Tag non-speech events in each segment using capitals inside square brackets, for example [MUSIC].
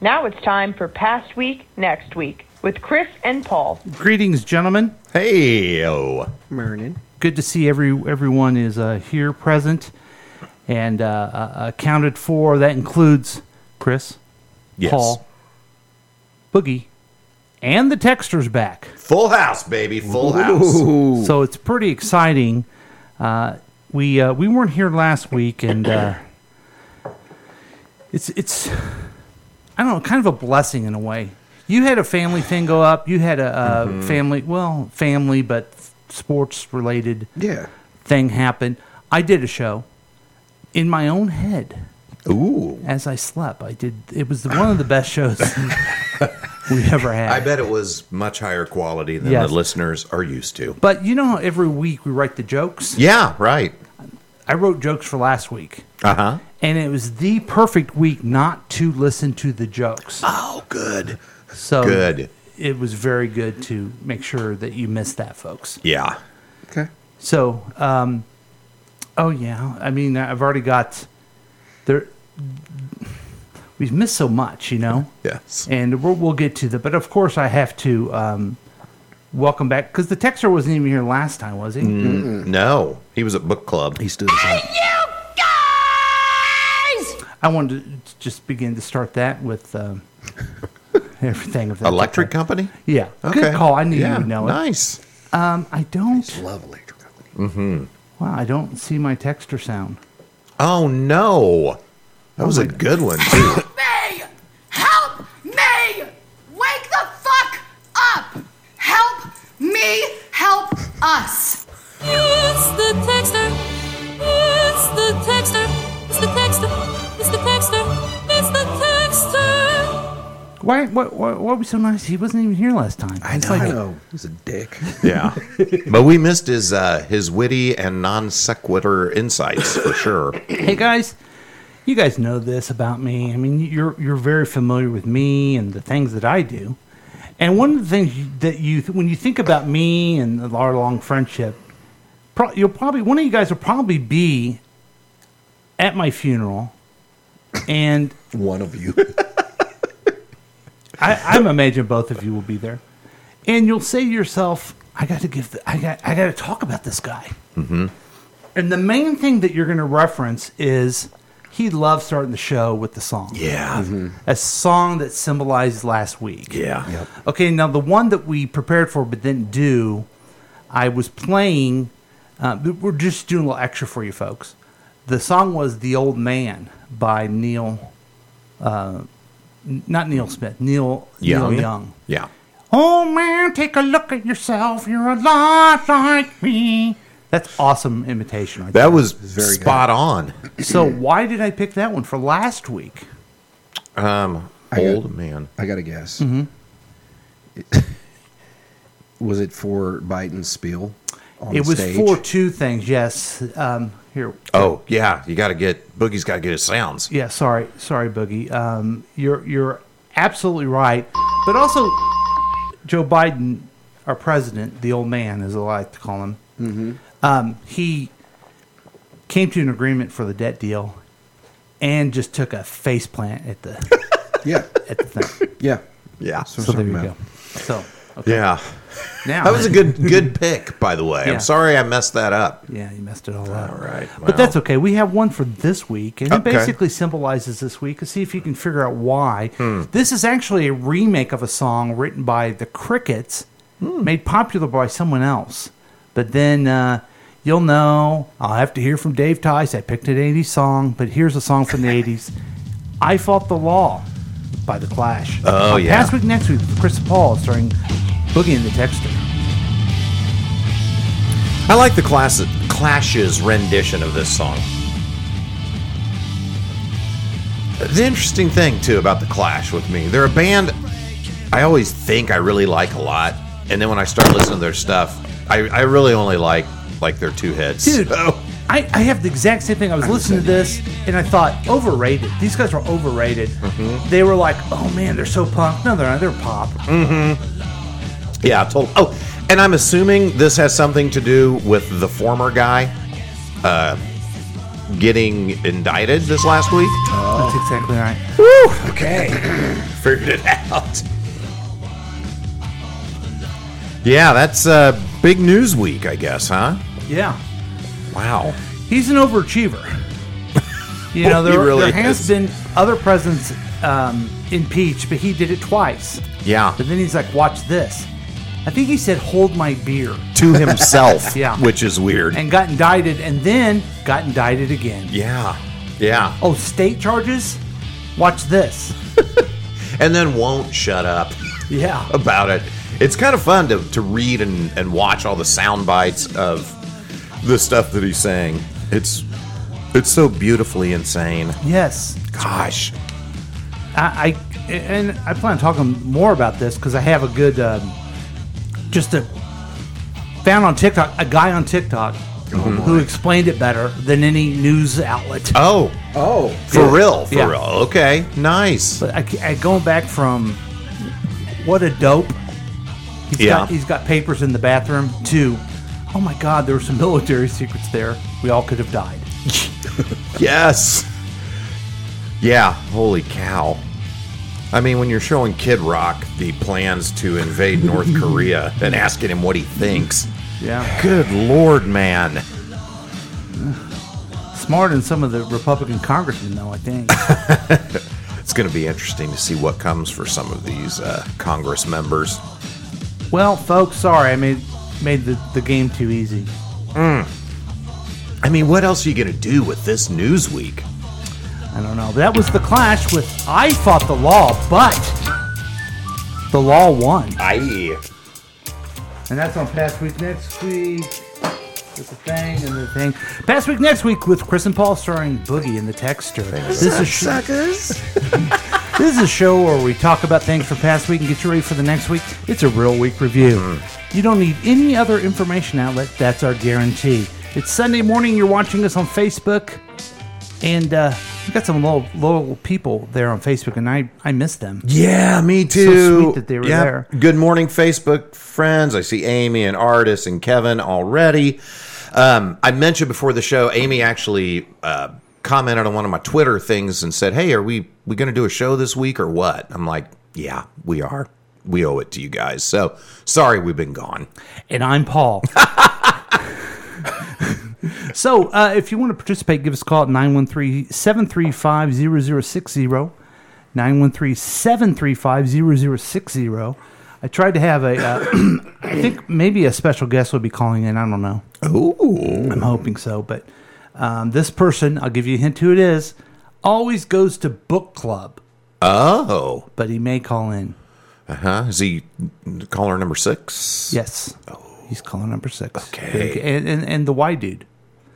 Now it's time for Past Week, Next Week with Chris and Paul. Greetings, gentlemen. Hey, Mernin. Good to see every everyone is uh, here, present, and uh, uh, accounted for. That includes Chris, Yes. Paul, Boogie, and the texter's back. Full house, baby. Full house. Ooh. So it's pretty exciting. Uh, we uh, we weren't here last week, and uh, it's it's I don't know, kind of a blessing in a way. You had a family thing go up. You had a, uh Mm-hmm. family, well, family, but sports related Yeah. thing happen. I did a show in my own head Ooh. as I slept. I did. It was one of the best shows [LAUGHS] we ever had. I bet it was much higher quality than Yes. the listeners are used to. But you know, how every week we write the jokes. Yeah, right. I wrote jokes for last week. Uh huh. and it was the perfect week not to listen to the jokes. Oh, good. So Good. It was very good to make sure that you missed that, folks. Yeah. Okay. So, um, oh yeah, I mean, I've already got there. We've missed so much, you know. Yes. And we'll, we'll get to that, but of course, I have to um, welcome back because the texter wasn't even here last time, was he? No, he was at book club. He stood. [COUGHS] I wanted to just begin to start that with um, everything of that Electric type. company. Yeah, Okay. good call. I knew Yeah, you would know it. Nice. Um, I don't. Love electric company. Wow, I don't see my texter sound. Oh no, Oh that was a good one too. me! Help me! Wake the fuck up! Help me! Help us! It's the texter. It's the texter. It's the texter. It's the texter. It's the texter. Why? What? What? What was so nice? He wasn't even here last time. I It's know. like- I know. He's a dick. [LAUGHS] yeah, but we missed his uh, his witty and non sequitur insights for sure. hey guys, you guys know this about me. I mean, you're you're very familiar with me and the things that I do. And one of the things you- that you, when you think about me and our long friendship, pro- you'll probably one of you guys will probably be at my funeral, and One of you. I, I'm imagining both of you will be there, and you'll say to yourself, "I got to give, the, I got, I got to talk about this guy." Mm-hmm. And the main thing that you're going to reference is he loves starting the show with the song, Yeah, a song that symbolized last week. Mm-hmm. yeah, Okay, now the one that we prepared for but didn't do, I was playing. Uh, we're just doing a little extra for you folks. The song was "The Old Man" by Neil, uh, n- not Neil Smith, Neil Neil Young. yeah. Oh man, take a look at yourself. You're a lot like me. That's awesome imitation. Right That was Very good. spot on. there. So why did I pick that one for last week? got- Um, Old man. [LAUGHS] I got to guess. Mm-hmm. [LAUGHS] was it for Biden's spiel? On it was stage? for two things. Yes. Um, here. Oh yeah, you got to get Boogie's got to get his sounds. Yeah, sorry, sorry, Boogie. Um, you're you're absolutely right, but also Joe Biden, our president, the old man, as I like to call him, Mm-hmm. um, he came to an agreement for the debt deal, and just took a face plant at the [LAUGHS] Yeah. at the thing. Yeah. Yeah, So- So there you [LAUGHS] Something go. So okay. yeah. now That was a good good pick, by the way. Yeah. I'm sorry I messed that up. yeah, you messed it all up. All right, But that's well. okay. We have one for this week, and it Okay. basically symbolizes this week. And see if you can figure out why. Hmm. This is actually a remake of a song written by the Crickets, Hmm. made popular by someone else. But then uh, you'll know. I'll have to hear from Dave Tice. I picked an '80s song, but here's a song [LAUGHS] from the '80s. I fought the law by the Clash. Oh, On yeah. Past week, next week, with Chris Paul starring Boogie and the Texter. I like the class Clash's rendition of this song. The interesting thing too about the Clash with me, they're a band I always think I really like a lot, and then when I start listening to their stuff, I, I really only like like their two hits. Dude, So- I, I have the exact same thing. I was listening to this and I thought, overrated. These guys are overrated. Mm-hmm. They were like, oh man, they're so punk. No, they're not. They're pop. Yeah, total. Oh, and I'm assuming this has something to do with the former guy, uh, getting indicted this last week. That's exactly right. Okay. [LAUGHS] Figured it out. Yeah, that's uh, big news week, I guess, huh? Yeah. Wow. He's an overachiever. You know, there, [LAUGHS] He really there has is. been other presidents um, impeached, but he did it twice. Yeah. But then he's like, watch this. I think he said, hold my beer, [LAUGHS] To himself, Yeah. which is weird. and got indicted, and then got indicted again. yeah. Yeah. Oh, state charges? Watch this. And then won't shut up. Yeah. about it. It's kind of fun to, to read and, and watch all the sound bites of the stuff that he's saying. It's it's so beautifully insane. Yes. Gosh. I, I and I plan on talking more about this because I have a good um, just a found on TikTok a guy on TikTok who explained it better than any news outlet. Oh, Oh. for real, for Yeah. real. Okay, [LAUGHS] nice. But I, ca- I, going back from what a dope. He's Yeah. got, he's got papers in the bathroom to oh my god, there were some [LAUGHS] military secrets there. We all could have died. Yes. Yeah. Holy cow. I mean, when you're showing Kid Rock the plans to invade North Korea and asking him what he thinks, Yeah, good lord, man. smarter than some of the Republican congressmen though. I think. [LAUGHS] It's going to be interesting to see what comes for some of these uh, Congress members. well, folks, sorry I made made the, the game too easy. I mean, what else are you going to do with this news week? I don't know. That was the clash with I fought the law, but the law won. I. And that's on Past Week Next Week. With the thing and the thing. Past Week Next Week with Chris and Paul starring Boogie and the Texter. This is, a sh- Suckers. this is a show where we talk about things for past week and get you ready for the next week. It's a real week review. You don't need any other information outlet. That's our guarantee. It's Sunday morning. You're watching us on Facebook. And uh, we got some loyal, loyal people there on Facebook, and I, I miss them. Yeah, me too. sweet that they were there. Good morning, Facebook friends. I see Amy and Artis and Kevin already. Um, I mentioned before the show, Amy actually uh, commented on one of my Twitter things and said, "Hey, are we we going to do a show this week or what?" I'm like, "Yeah, we are. We owe it to you guys." So sorry, we've been gone. and I'm [LAUGHS] Paul. so uh, if you want to participate, give us a call at 913-735-0060, 913-735-0060. I tried to have a, uh, [CLEARS THROAT] I think maybe a special guest would be calling in. I don't know. Ooh, I'm hoping so. But um, this person, I'll give you a hint who it is, always goes to book club, oh, but he may call in. uh huh. Is he caller number six? Yes. He's calling number six. Oh. Okay. And, and, and the Y dude.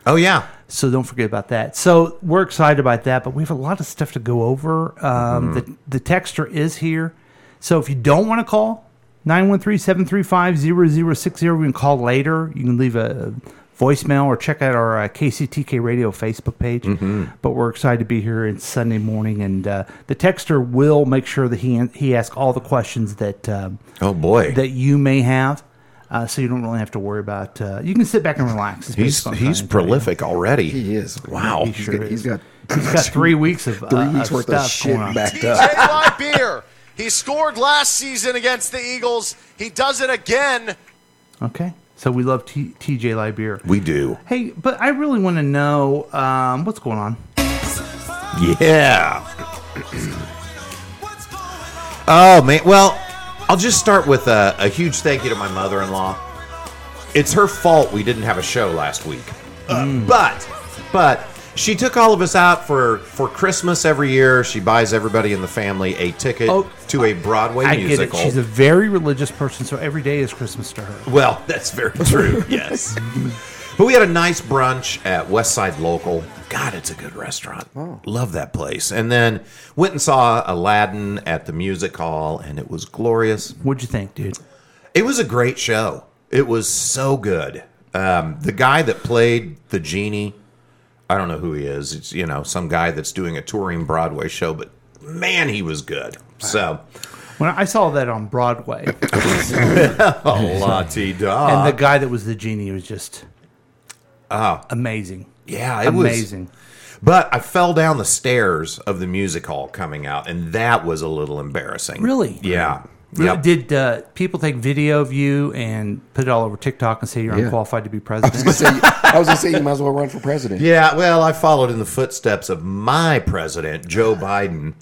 Oh yeah. So don't forget about that. So we're excited about that, but we have a lot of stuff to go over. Mm-hmm. Um, the, the texter is here. So if you don't want to call, 913-735-0060. We can call later. You can leave a voicemail or check out our uh, KCTK Radio Facebook page. Mm-hmm. But we're excited to be here. It's Sunday morning, and uh, the texter will make sure that he he asks all the questions that um, Oh boy. that you may have. Uh, so you don't really have to worry about. Uh, you can sit back and relax. is He's basically what I'm he's trying to tell you. prolific already. He is. Wow. He sure He's is. got He's got three weeks of uh, three weeks worth stuff of shit going on. backed DJ up. Live Beer. He scored last season against the Eagles. He does it again. Okay, so we love T- TJ Libeer. We do. Hey, but I really want to know um, what's going on. Yeah. Oh man. Well, I'll just start with a, a huge thank you to my mother-in-law. It's her fault we didn't have a show last week, Uh, mm. but but she took all of us out for for Christmas every year. She buys everybody in the family a ticket Oh, to a Broadway I get it. musical. She's a very religious person, so every day is Christmas to her. Well, that's very true. yes. But we had a nice brunch at West Side Local. God, it's a good restaurant. Love that place. And then went and saw Aladdin at the music hall, and it was glorious. What'd you think, dude? It was a great show. It was so good. Um, the guy that played the genie, I don't know who he is. It's you know some guy that's doing a touring Broadway show, but man, he was good. So, When I saw that on Broadway, oh, Lottie Dog. and the guy that was the genie was just amazing. Yeah, it was Amazing. But I fell down the stairs of the music hall coming out, and that was a little embarrassing. Really? Yeah. Really? Yep. Did uh, people take video of you and put it all over TikTok and say you're Yeah. unqualified to be I was president? gonna say- I was going to say you might as well run for president. Yeah, well, I followed in the footsteps of my president, Joe Biden.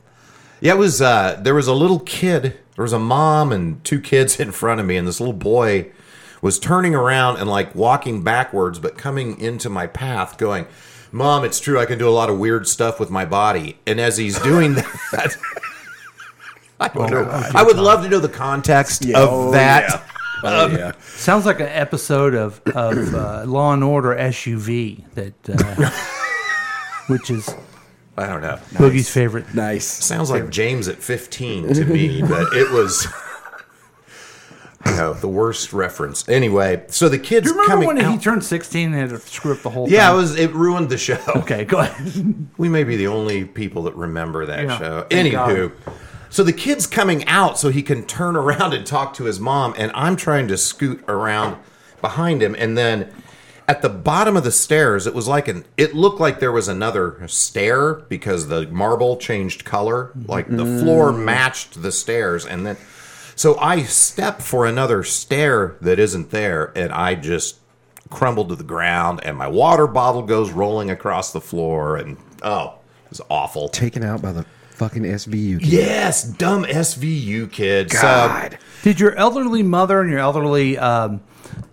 Yeah, it was uh there was a little kid, there was a mom and two kids [LAUGHS] in front of me and this little boy was turning around and like walking backwards but coming into my path going, "Mom, it's true I can do a lot of weird stuff with my body." And as he's doing [LAUGHS] that I don't know. I would love to know the context Oh Yeah. of Oh, that. [LAUGHS] Oh, yeah. Sounds like an episode of of uh, Law and Order SUV that, uh, [LAUGHS] which is I don't know. Boogie's favorite. Nice. Sounds like James at 15 to [LAUGHS] me, but it was you know, the worst reference. Anyway, so the kids Do you remember coming when out- he turned 16 and had to screw up the whole yeah, it thing? was it ruined the show. [LAUGHS] Okay, go ahead. We may be the only people that remember that Yeah. show. Thank Anywho, so the kid's coming out so he can turn [LAUGHS] around and talk to his mom, and I'm trying to scoot around behind him, and then at the bottom of the stairs, it was like an. It looked like there was another stair because the marble changed color, like the floor matched the stairs, and then. So I step for another stair that isn't there, and I just crumble to the ground, and my water bottle goes rolling across the floor, and oh, it was awful. Taken out by the fucking SVU. kid. Yes, dumb SVU kid. So- God. Did your elderly mother and your elderly um,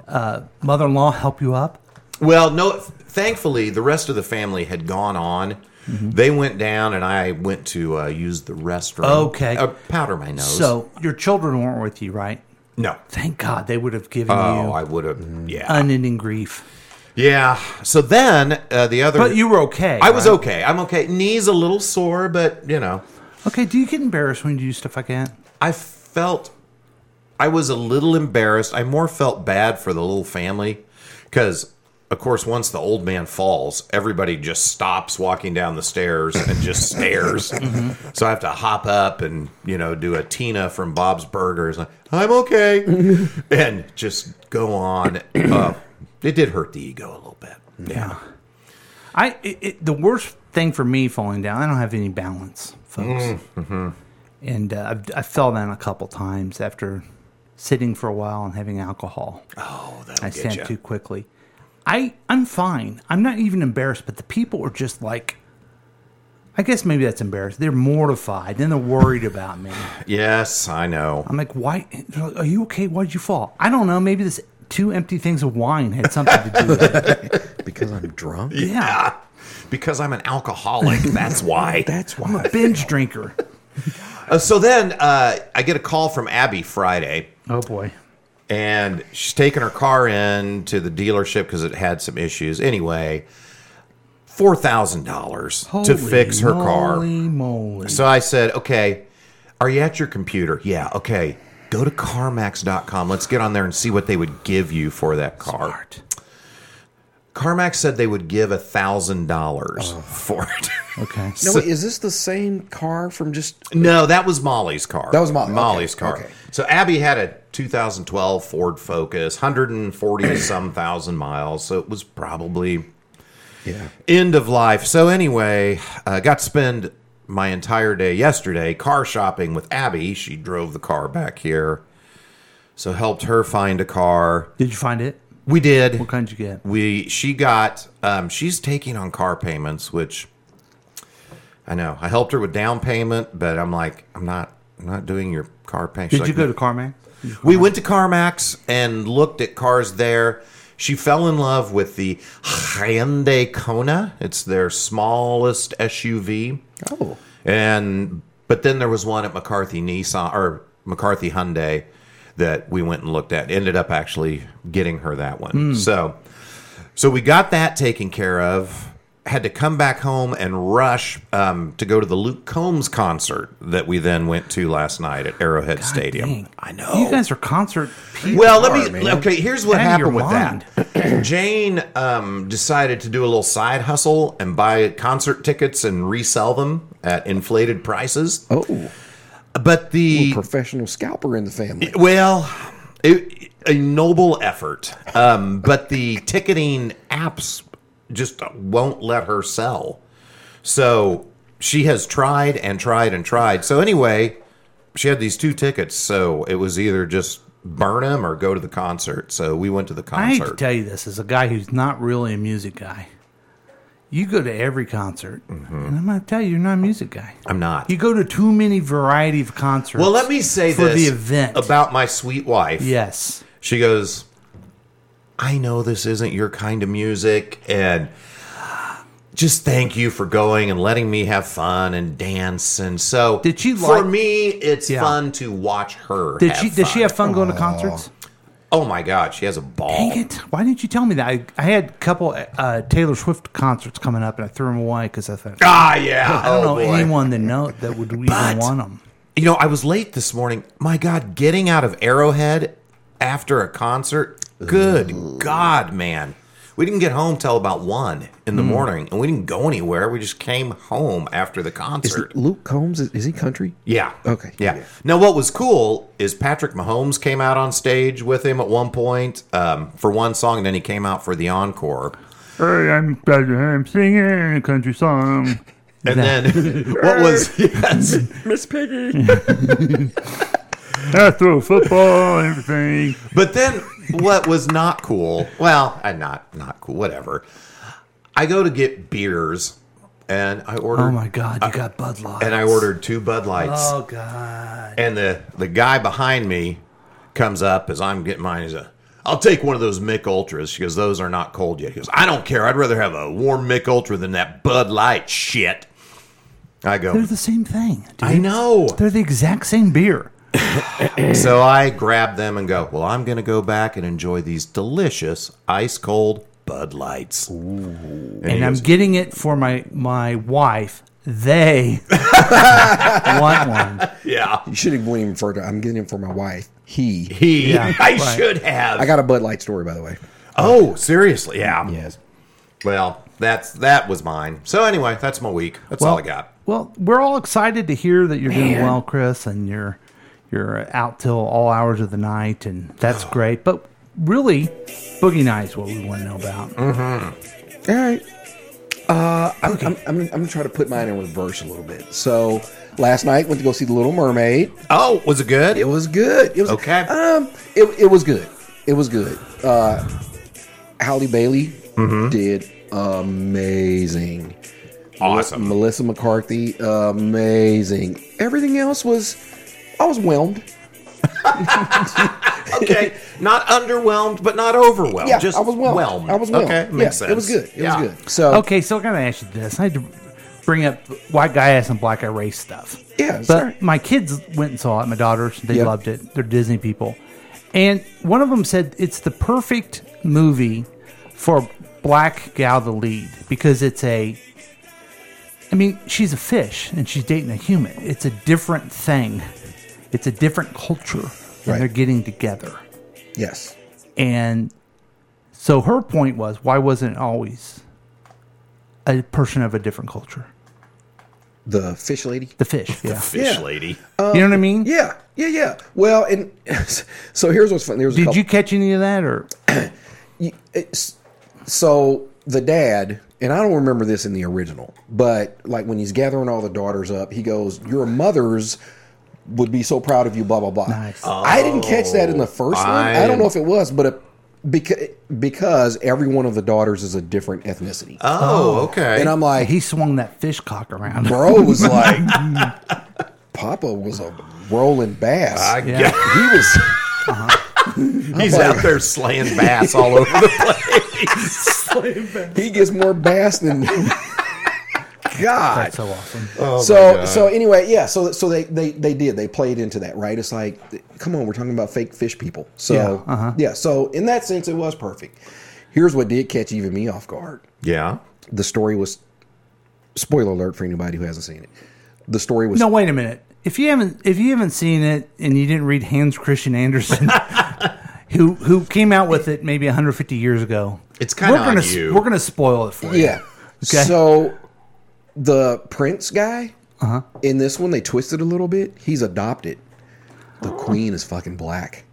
uh, mother-in-law help you up? well, no, thankfully, the rest of the family had gone on. Mm-hmm. They went down, and I went to uh, use the restroom. Okay. Uh, powder my nose. So your children weren't with you, Mm. right? no. Thank God they would have given Oh, you I would have. Yeah. unending grief. yeah. So then uh, the other. But you were okay. I was right? okay. I'm okay. Knees a little sore, but you know, Okay, do you get embarrassed when you do stuff like that? I felt I was a little embarrassed. I more felt bad for the little family because, of course, once the old man falls, everybody just stops walking down the stairs and just [LAUGHS] stares. Mm-hmm. So I have to hop up and you know do a Tina from Bob's Burgers. Like, I'm okay, [LAUGHS] and just go on. Uh, it did hurt the ego a little bit. Yeah. I it, it, the worst thing for me falling down. I don't have any balance, folks. And uh, I, I fell down a couple times after sitting for a while and having alcohol. Oh, that'll I get stand ya. too quickly. I I'm fine. I'm not even embarrassed. But the people are just like, I guess maybe that's embarrassed. They're mortified and they're worried about me. Yes, I know. I'm like, why? they're Like, are you okay? Why did you fall? I don't know. Maybe this two empty things of wine had something to do with it. Because I'm drunk? Yeah. Because I'm an alcoholic. [LAUGHS] That's why. [LAUGHS] That's why. I'm a binge drinker. Uh, so then uh, I get a call from Abby Friday, Oh boy. and she's taking her car in to the dealership because it had some issues. Anyway, four thousand dollars to Holy fix her moly, car. moly. So I said, "Okay, are you at your computer? Yeah. Okay, go to CarMax.com. Let's get on there and see what they would give you for that car." CarMax said they would give a thousand dollars for it. [LAUGHS] Okay. No, wait, is this the same car from just. No, that was Molly's car. That was Molly. Okay, Molly's car. okay. So Abby had a 2012 Ford Focus, 140 [CLEARS THROAT] some thousand miles. So it was probably Yeah. end of life. So anyway, uh, got to spend my entire day yesterday car shopping with Abby. She drove the car back here. So helped her find a car. Did you find it? We did. What kind did you get? We she got um, she's taking on car payments, which I know. I helped her with down payment, but I'm like, I'm not I'm not doing your car payment. Did you go to CarMax? [LAUGHS] We went to CarMax and looked at cars there. She fell in love with the Hyundai Kona. It's their smallest SUV. Oh. And but then there was one at McCarthy Nissan or McCarthy Hyundai that we went and looked at. Ended up actually getting her that one. Hmm. So so we got that taken care of. Had to come back home and rush um, to go to the Luke Combs concert that we then went to last night at Arrowhead Stadium. Dang. I know You guys are concert people. well, let me. man. Okay, here's what Out of your happened with that. Jane um, decided to do a little side hustle and buy concert tickets and resell them at inflated prices. Oh. But the Professional scalper in the family. well, it, a noble effort, um, but the ticketing apps just won't let her sell. So she has tried and tried and tried. So anyway, she had these two tickets. So it was either just burn them or go to the concert. So we went to the I hate to concert. tell you this as a guy who's not really a music guy. You go to every concert, Mm-hmm. and I'm going to tell you, you're not a music guy. I'm not. You go to too many variety of concerts. well, let me say for this the event. about my sweet wife. yes, She goes, I know this isn't your kind of music. And just thank you for going and letting me have fun and dance. And so, Did she for like- me, it's Yeah. fun to watch her. did have she? Did she fun. have fun going to concerts? Oh my God, she has a ball. Dang it! Why didn't you tell me that? I, I had a couple uh, Taylor Swift concerts coming up, and I threw them away because I thought Ah, yeah. I don't oh, know boy. anyone that know that would even But- want them. You know, I was late this morning. My God, getting out of Arrowhead after a concert. Good God, man. We didn't get home till about one in Mm. the morning, and we didn't go anywhere. We just came home after the Is concert. Luke Combs? Is, is he country? Yeah. Okay. Yeah. Yeah. Now, what was cool is Patrick Mahomes came out on stage with him at one point um, for one song, and then he came out for the encore. Hey, I'm I'm singing a country song. And then [LAUGHS] what [LAUGHS] was yes, I throw football, everything. but then what was not cool? Well, and not not cool. Whatever. I go to get beers, and I ordered. Oh my God, you got Bud Light. And I ordered two Bud Lights. Oh God. And the, the guy behind me comes up as I'm getting mine. He's a, I'll take one of those Mick Ultras. She goes, those are not cold yet. He goes, I don't care. I'd rather have a warm Mick Ultra than that Bud Light shit. I They're go, the same thing. dude. I know. They're the exact same beer. So I grab them and go, well, I'm going to go back and enjoy these delicious ice cold Bud Lights. And, he And I'm goes, getting it for my my wife. They [LAUGHS] want one. yeah, You should have went even further. I'm getting him for my wife. He. [LAUGHS] he, Yeah, I right. should have. I got a Bud Light story, by the way. oh, seriously. Yeah. Yes. Well, that's that was mine. So anyway, that's my week. That's all I got. Well, we're all excited to hear that you're doing well, Chris, and you're you're out till all hours of the night, and Oh. that's great. But really, Boogie Night is what we want to know about. All right. Uh, I'm, I'm, I'm, gonna- I'm going to try to put mine in reverse a little bit. So last night went to go see The Little Mermaid. Oh, was it good? It was good. It was Okay. Um, it, it was good. It was good. Uh, Halle Bailey did amazing. Awesome. Melissa McCarthy, amazing. Everything else was, I was whelmed. [LAUGHS] okay, not underwhelmed, but not overwhelmed. Yeah, Oh, just I was whelmed. I was whelmed. Okay, makes Yeah, sense. It was good. It Yeah. was good. So Okay, so I gotta ask you this. I had to bring up white guy ass and black guy race stuff. Yeah, it's but all right. my kids went and saw it. My daughters, they Yep. loved it. They're Disney people, and one of them said it's the perfect movie for a black gal to lead because it's a. I mean, she's a fish and she's dating a human. It's a different thing. It's a different culture, and Right. they're getting together. yes, And so her point was, why wasn't it always a person of a different culture? the fish lady. The [LAUGHS] fish, yeah. Fish Yeah. lady. you know what I mean? Yeah, yeah, yeah. Well, and [LAUGHS] so here's what's funny. There was a Did couple, you catch any of that, or you- it's- so the dad and I don't remember this in the original, but like when he's gathering all the daughters up, he goes, "Your mothers." Would be so proud of you, blah blah blah. Nice. I didn't catch that in the first one. I I- don't know if it was, but it, because because every one of the daughters is a different ethnicity, Oh, okay. and I'm like, he swung that fish cock around? bro was like, Papa was a rolling bass. I he guess was [LAUGHS] he's out there slaying bass all over the place. he gets more bass than God. That's so awesome. so so anyway, yeah. So so they, they they did they played into that right. It's like, come on, we're talking about fake fish people. So Yeah, yeah, uh-huh. so in that sense, it was perfect. Here's what did catch even me off guard. Yeah. The story was spoiler alert for anybody who hasn't seen it. The story was No, wait a minute. If you haven't, if you haven't seen it, and you didn't read Hans Christian Andersen, [LAUGHS] who who came out with it maybe 150 years ago, It's kinda we're gonna on s- you. We're gonna spoil it for you. Yeah. Okay. So the prince guy in this one, they twisted a little bit. He's adopted. The Uh-huh. queen is fucking black.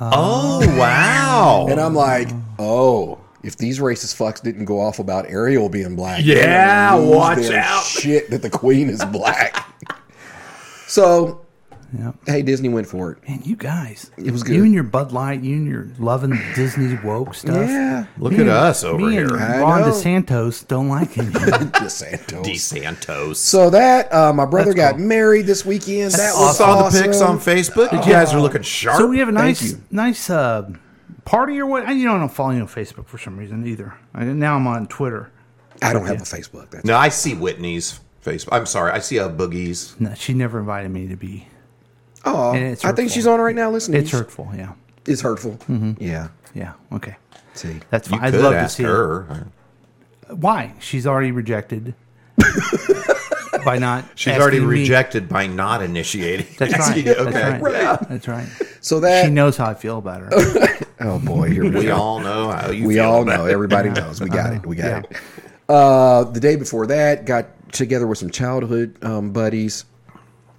Oh wow. And I'm like, oh, if these racist fucks didn't go off about Ariel being black, Yeah, they're gonna lose watch their out. Shit, that the queen is black. [LAUGHS] so, Yeah. hey, Disney went for it. Man, you guys. It was good. You and your Bud Light, you and your loving Disney woke stuff. Yeah. Look Me at and- us over me here. and I Ron know. DeSantos don't like [LAUGHS] it. DeSantos. DeSantos. so that uh, my brother That's got cool. married this weekend. that I was saw awesome. the pics on Facebook. You guys are looking sharp. so we have a nice, you. nice uh, party or what? I, you know, I don't follow you on Facebook for some reason either. I, now I'm on Twitter. I don't have a Facebook. That's no, I see Whitney's Facebook. I'm sorry, I see a Boogie's. No, she never invited me to be. Oh, And it's I think hurtful. she's on right now listening. It's hurtful. Yeah. It's hurtful. Mm-hmm. Yeah. Yeah. Okay. See. That's You fine. I'd could love to ask see her. her. Why? She's already [LAUGHS] rejected by not. She's already asking me. rejected by not initiating. [LAUGHS] That's right. Asking- Okay. That's right. That's right. So that She knows how I feel about her. [LAUGHS] Oh boy, here we, We go. all know how [LAUGHS] you we feel Uh-huh. all about know. it. Everybody knows. We got it. We got Yeah. it. Uh, the day before that, got together with some childhood um, buddies.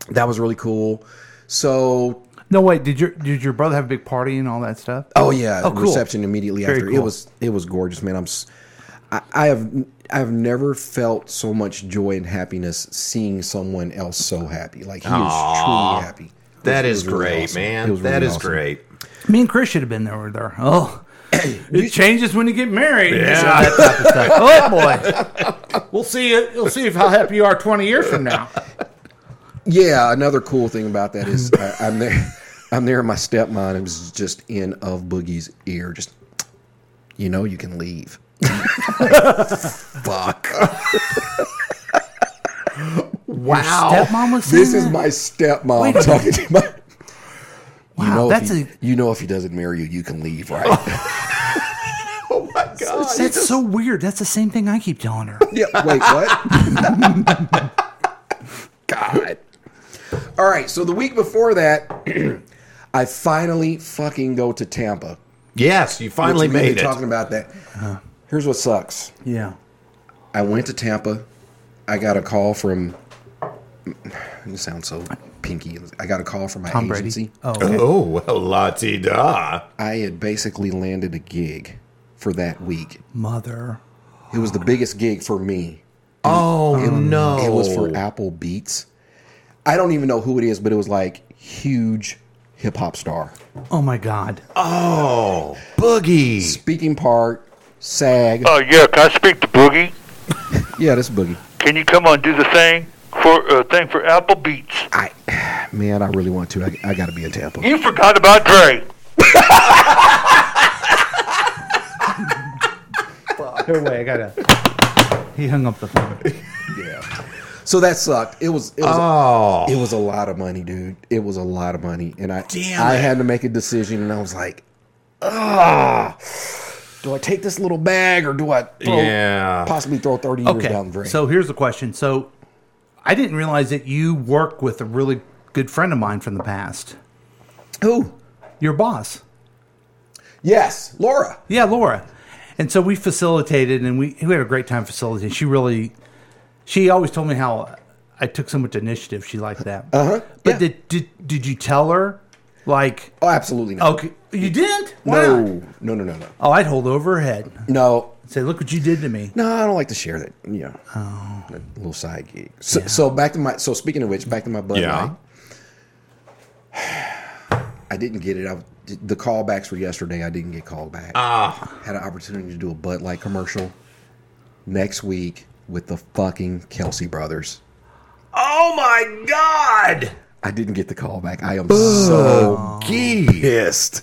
That was really cool. So, No, wait. Did your did your brother have a big party and all that stuff? oh yeah, Oh, cool. reception immediately Very after. It cool. was it was gorgeous, man. I'm s- I, I have I have never felt so much joy and happiness seeing someone else so happy. Like he was truly happy. That It is was- it was really great, awesome. It man. was That really is awesome. great. Me and Chris should have been there. Over there. [CLEARS THROAT] Oh, it changes when you get married. Yeah. So that type of stuff. Oh boy. [LAUGHS] We'll see. it- We'll see if how happy you are twenty years from now. Yeah, another cool thing about [LAUGHS] that is I, I'm there. I'm there, and my stepmom was just in of Boogie's ear. Just you know, you [LAUGHS] can leave. Fuck. [LAUGHS] Wow. Stepmom was saying This is [LAUGHS] that? my Wait a stepmom minute. talking to my. Wow, You know, that's if he, a you know if he doesn't marry you, you can leave, [LAUGHS] right? Oh my god. that's so weird. That's the same thing I keep telling [LAUGHS] her. yeah. Wait, what? [LAUGHS] God. All right. So the week before that, [CLEARS THROAT] I finally fucking go to Tampa. Yes, you finally Which we've been made it. Talking about that. Here's what sucks. Yeah. I went to Tampa. I got a call from. You sound so pinky. I got a call from my Tom Brady. agency. Oh. Oh well, la ti da. I had basically landed a gig for that week. Mother. It was the biggest gig for me. Oh no! It was for Apple Beats. I don't even know who it is, but it was like huge hip hop star. Oh my God. oh boogie. Speaking part, SAG. Oh, yeah, can I speak to Boogie? Yeah, that's Boogie. Can you come on do the thing for uh, thing for Apple Beats? I, [SIGHS] man, I really want to. I, I got to be in Tampa. You forgot about Dre. Her way. I gotta. He hung up the phone. So that sucked. It was it was Oh. it was a lot of money, dude. It was a lot of money, and I Damn I it. had to make a decision, and I was like, ah, do I take this little bag or do I throw, Yeah. possibly throw thirty years down the Okay. drain? So here's the question. So I didn't realize that you work with a really good friend of mine from the past. who? Your boss. Yes, Laura. Yeah, Laura. And so we facilitated and we, we had a great time facilitating. She really, she always told me how I took so much initiative. She liked that. Uh huh. But Uh-huh. Yeah. did, did, did you tell her? Like, Oh, absolutely not. okay, you didn't? Why no, not? no, no, no, no, Oh, I'd hold over her head and no, say, look what you did to me. no. I don't like to share that. You know, that little side gig. So, so back to my. So speaking of which, back to my Bud Yeah. Light. [SIGHS] I didn't get it. I, the callbacks were yesterday. I didn't get called back. Ah, had an opportunity to do a Bud Light commercial next week with the fucking Kelsey brothers. oh my God! I didn't get the call back. I am so Gee, Oh. pissed.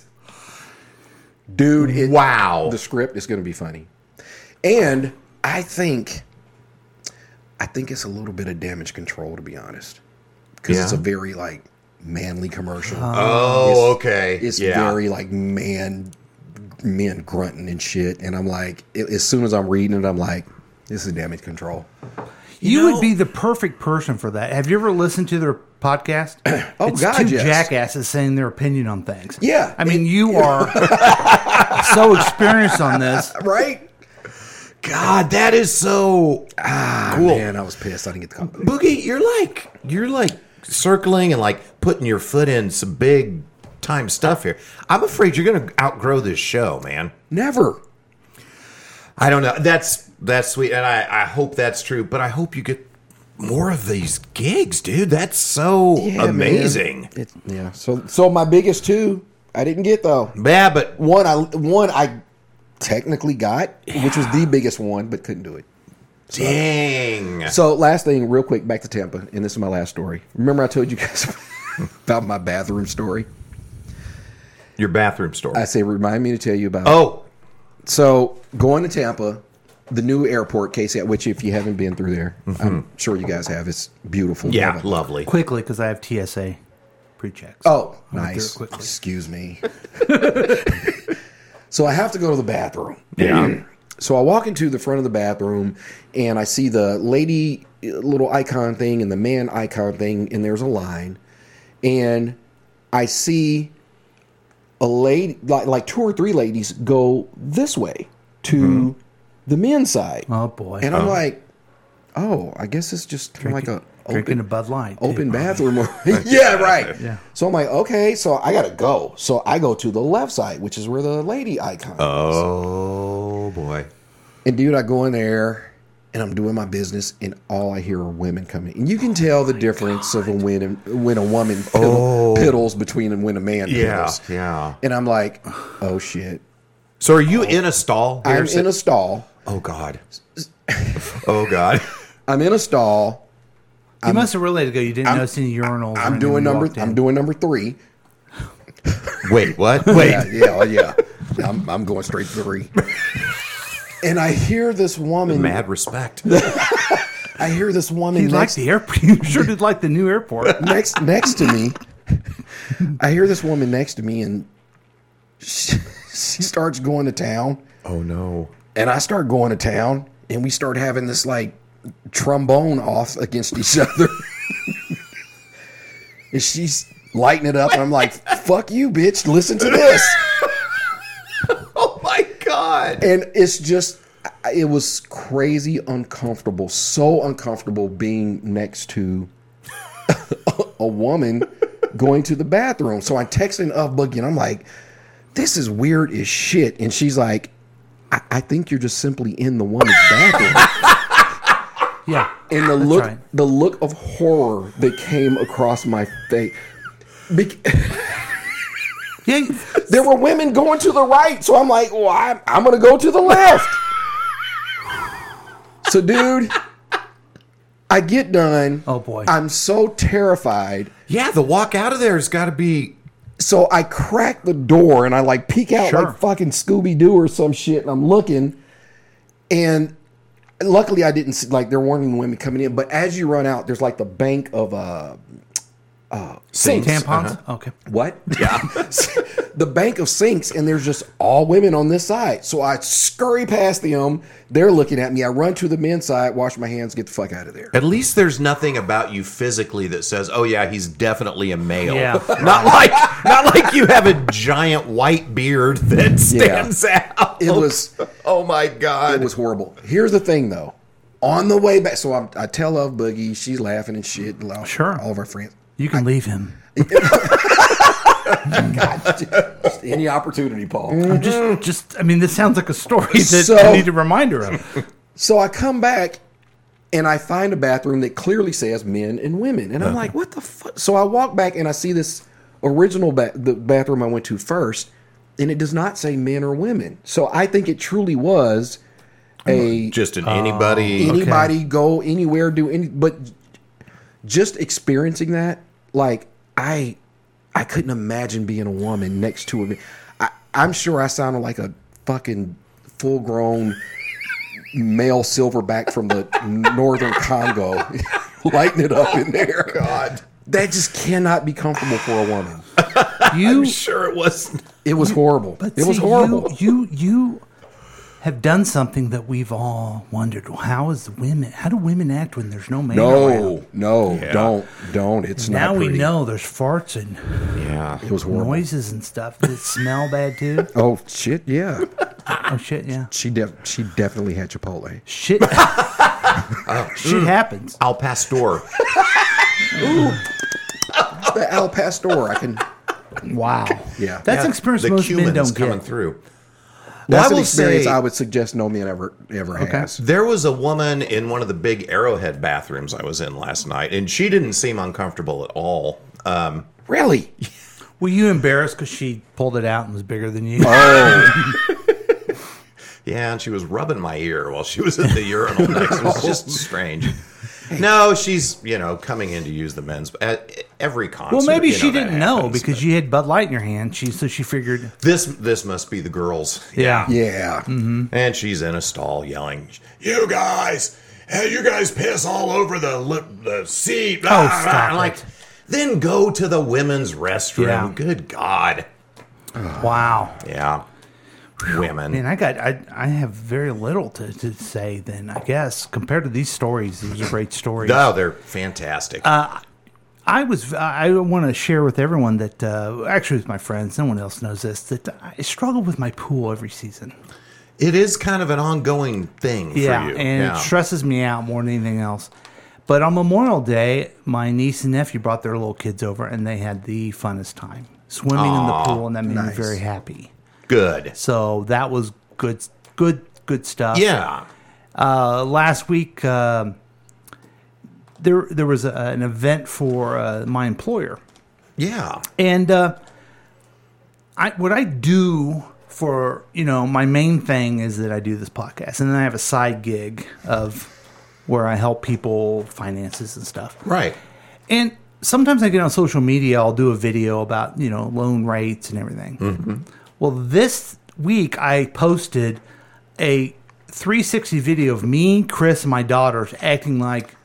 Dude, it, wow! the script is going to be funny. And I think I think it's a little bit of damage control to be honest. Cuz it's a Yeah. very like manly commercial. Oh, okay. It's yeah. very like man, men grunting and shit. And I'm like, a- as soon as I'm reading it, I'm like, this is damage control. You, would be the perfect person for that. Have you ever listened to their podcast? [CLEARS THROAT] Oh, it's God, two yes. jackasses saying their opinion on things. Yeah. I mean, you are [LAUGHS] so experienced on this. Right? God, that is so cool. Man, I was pissed. I didn't get the call. Boogie, you're like you're like circling and like putting your foot in some big time stuff here. I'm afraid you're gonna outgrow this show, man. Never. I don't know. That's that's sweet, and I I hope that's true. But I hope you get more of these gigs, dude. That's so Yeah, amazing. man. It, yeah. So so my biggest two I didn't get though. Yeah, but One I one I technically got, which was the biggest one, but couldn't do it. dang. So last thing, real quick, back to Tampa, and this is my last story. Remember I told you guys [LAUGHS] about my bathroom story? Your bathroom story. I say remind me to tell you about. oh, So going to Tampa, the new airport, Casey, which if you haven't been through there, I'm sure you guys have. It's beautiful. Mm-hmm. yeah, Love it. lovely. quickly because I have TSA pre-checks. Oh, went there nice. quickly. Excuse me. [LAUGHS] so I have to go to the bathroom. Um, Yeah. So I walk into the front of the bathroom and I see the lady uh, little icon thing and the man icon thing, and there's a line. And I see a lady, like, like two or three ladies, go this way to the men's side. Mm-hmm. Oh boy, And I'm like, oh, I guess it's just kind of like a drinking open, a Bud Light, too, open probably. bathroom. Or, [LAUGHS] yeah, right. Yeah. So I'm like, okay, so I gotta go. So I go to the left side, which is where the lady icon. is. Oh boy. And dude, I go in there and I'm doing my business, and all I hear are women coming. And you can tell the difference of a when when a woman piddle, piddles between when a man Yeah, piddles. yeah. And I'm like, oh shit, So are you in a stall? here, Oh. I'm in Sid? a stall. Oh God. oh God. I'm in a stall. you must have really had to go. You didn't notice any urinals. I'm doing number. I'm doing number three. Wait, what? Wait. Yeah, yeah, oh, yeah. I'm, I'm going straight to three. and I hear this woman. Mad respect. I hear this woman He liked next, the airport. [LAUGHS] You sure did like the new airport. [LAUGHS] next next to me. I hear this woman next to me, and she, [LAUGHS] she starts going to town, oh no. and I start going to town, and we start having this like trombone off against each [LAUGHS] other. and she's lighting it up, and I'm like, "Fuck you, bitch! Listen to this." [LAUGHS] Oh my God. and it's just I- it was crazy uncomfortable so uncomfortable being next to [LAUGHS] a woman going to the bathroom so i'm texting up boogie and i'm like this is weird as shit and she's like i, I think you're just simply in the woman's [LAUGHS] bathroom [LAUGHS] Yeah, and the look right. the look of horror that came across my face Bec- [LAUGHS] yeah. there were women going to the right. So I'm like, well, I'm, I'm going to go to the left. so, dude, I get done. Oh, boy. I'm so terrified. Yeah, the walk out of there has got to be. So I crack the door and I like peek out Sure. like fucking Scooby Doo or some shit. And I'm looking. And luckily, I didn't see, like, there weren't any women coming in. But as you run out, there's like the bank of, uh, uh, sinks. Tampons. Uh-huh. Okay. What? Yeah. [LAUGHS] the bank of sinks, and there's just all women on this side. So I scurry past them. They're looking at me. I run to the men's side, wash my hands, get the fuck out of there. At least there's nothing about you physically that says, "Oh yeah, he's definitely a male." Yeah. [LAUGHS] not like not like you have a giant white beard that stands out. [LAUGHS] It was- Oh my God. It was horrible. Here's the thing, though. On the way back, so I'm, I tell Love Boogie, she's laughing and shit. and All, Sure. All of our friends. You can leave [LAUGHS] him. Just any opportunity, Paul. Just, just. I mean, this sounds like a story that So- I need a reminder [LAUGHS] of. so I come back and I find a bathroom that clearly says men and women. And I'm like, what the fuck? So I walk back and I see this original ba- the bathroom I went to first, and it does not say men or women. So I think it truly was a just an anybody. anybody go anywhere do any but just experiencing that like i i couldn't imagine being a woman next to a man I, i'm sure i sounded like a fucking full grown male silverback from the northern congo [LAUGHS] lighting it up in there [LAUGHS] god that just cannot be comfortable for a woman You. Sure, it was. it was horrible it see, was you- horrible You, you, have done something that we've all wondered. Well, how is the women? How do women act when there's no man? around? no no don't don't it's Now not we pretty. know there's farts and Yeah. it was horrible noises and stuff that smell bad [LAUGHS] too. oh shit yeah Oh shit, yeah. She def- she definitely had Chipotle. Shit. [LAUGHS] shit happens. Al Pastor. The Al Pastor, I can. [LAUGHS] Wow. Yeah. That's Yeah, an experience the most men Cumans don't coming get. through. That's I an will experience say- I would suggest no man ever ever has. There was a woman in one of the big Arrowhead bathrooms I was in last night, and she didn't seem uncomfortable at all. Um, Really? Were you embarrassed because she pulled it out and was bigger than you? Oh, [LAUGHS] yeah, and she was rubbing my ear while she was at [LAUGHS] the urinal next. It was Oh. just strange. No, she's you know coming in to use the men's at every concert. well, maybe you she that didn't know happens, because but you had Bud Light in your hand. She so she figured, this this must be the girls. yeah, Yeah. Mm-hmm. And she's in a stall yelling, "You guys, hey, you guys piss all over the lip, the seat." Oh, stop I'm like, it. then go to the women's restroom. Yeah. Good God, wow. yeah, women. Man, I got I, I have very little to, to say then. I guess compared to these stories, these are great stories. No, they're fantastic. Uh, I was I want to share with everyone that uh, actually with my friends, no one else knows this that I struggle with my pool every season. it is kind of an ongoing thing yeah, for you. and yeah. it stresses me out more than anything else. But on Memorial Day, my niece and nephew brought their little kids over, and they had the funnest time swimming in the pool, and that made me very happy. good. So that was good, good, good stuff. Yeah, Uh, last week, um, there there was a, an event for uh, my employer, yeah. and uh, I what I do for you know my main thing is that I do this podcast, and then I have a side gig of where I help people finances and stuff. Right. And sometimes I get on social media, I'll do a video about, you know, loan rates and everything. Well, this week I posted a 360 video of me, Chris, and my daughters acting like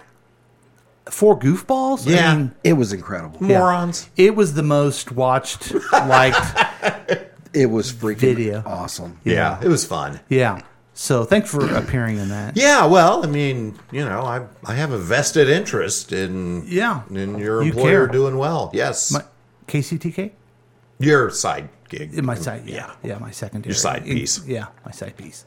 four goofballs. I Yeah. mean, It was incredible. yeah. Morons. It was the most watched, liked It was freaking Video. awesome. Yeah. it was fun. yeah. So thanks for appearing in that. Yeah, well, I mean, you know, I I have a vested interest in Yeah. in your You care. employer doing well. Yes, My, KCTK? your side gig. My side, yeah, yeah, my secondary, side In- piece. yeah, my side piece.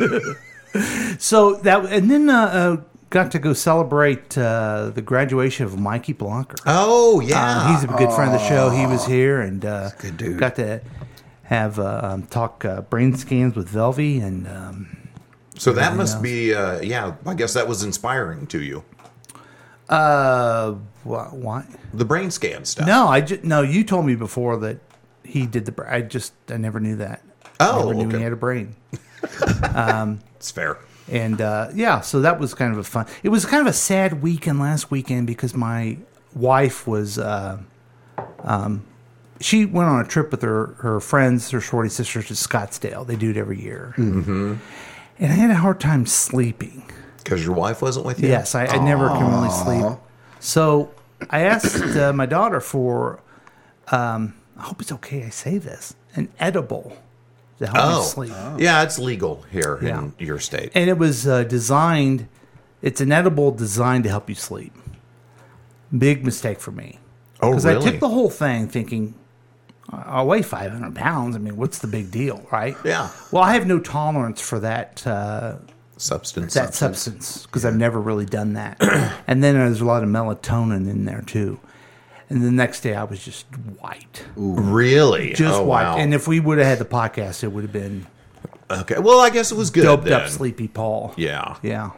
[LAUGHS] so that, and then uh, uh, got to go celebrate uh, the graduation of Mikey Blanker. Uh, Oh yeah, he's a good friend of the show. He was here and uh, good dude. got to have uh, um, talk uh, brain scans with Velvy and um, so that must be uh, yeah. I guess that was inspiring to you. uh, what? what? The brain scan stuff. No, I just no. You told me before that he did the. br- I just I never knew that. I Oh, never knew okay. he had a brain. it's fair. And uh, yeah, so that was kind of a fun. It was kind of a sad weekend last weekend because my wife was, uh, um, she went on a trip with her her friends, her shorty sisters to Scottsdale. They do it every year. Mm-hmm. And I had a hard time sleeping. Because your wife wasn't with you. Yes, I, I never can really sleep. So I asked uh, my daughter for, um, I hope it's okay I say this, an edible to help Oh, me sleep yeah, it's legal here in Yeah. your state. and it was uh, designed. It's an edible designed to help you sleep. Big mistake for me oh, because really? I took the whole thing thinking I I weigh 500 pounds. I mean, what's the big deal, right? Yeah. Well, I have no tolerance for that uh, substance. that substance because I've never really done [CLEARS THROAT] that. and then there's a lot of melatonin in there too. And the next day, I was just wiped, Really? just oh, wiped. wow. And if we would have had the podcast, it would have been okay. Well, I guess it was good. doped up then. sleepy paul Yeah. yeah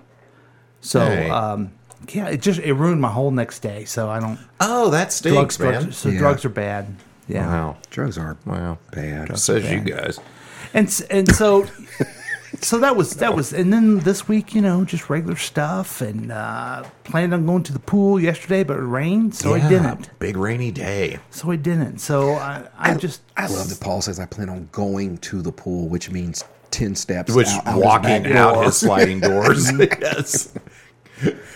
so Hey. um yeah it just it ruined my whole next day so i don't Oh, that drugs stinks, man. drugs, so drugs are bad yeah Wow. Drugs are Wow. bad. Says you guys. and s- and so so that was that was and then this week you know just regular stuff and uh planned on going to the pool yesterday but it rained so i didn't Big rainy day. so i didn't so i i just I love that Paul says I plan on going to the pool, which means ten steps. Which out- out his back walking door. out his sliding [LAUGHS] doors. [LAUGHS] yes.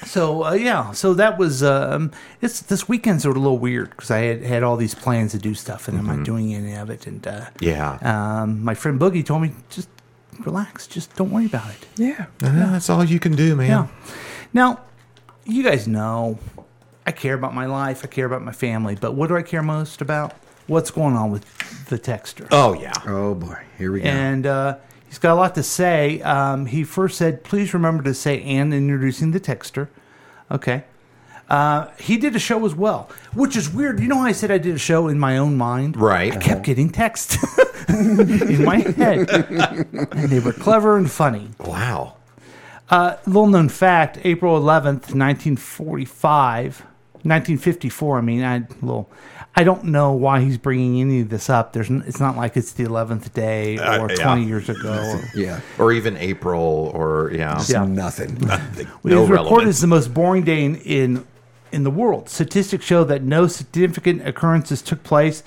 So uh, yeah, so that was um, it's this weekends are a little weird because I had, had all these plans to do stuff and I'm not doing any of it. And uh, Yeah. um, my friend Boogie told me just relax, just don't worry about it. Yeah. Uh, that's all you can do, man. Now, you guys know I care about my life, I care about my family, but what do I care most about? What's going on with the texter? Oh yeah. Oh boy, here we go. and uh, he's got a lot to say. Um, he first said, "Please remember to say and introducing the texter." Okay. Uh, he did a show as well, which is weird. You know how I said I did a show in my own mind? I Right. kept getting text [LAUGHS] in my head. and they were clever and funny. Wow. Uh, Little known fact April 11th, 1945, 1954, I mean, I, little, I don't know why he's bringing any of this up. There's, n- It's not like it's the 11th day or Uh, 20 yeah. years ago. [LAUGHS] Or, Yeah. Or even April, or yeah, Yeah. Nothing. [LAUGHS] It no was recorded relevance. as the most boring day in, in in the world. Statistics show that no significant occurrences took place.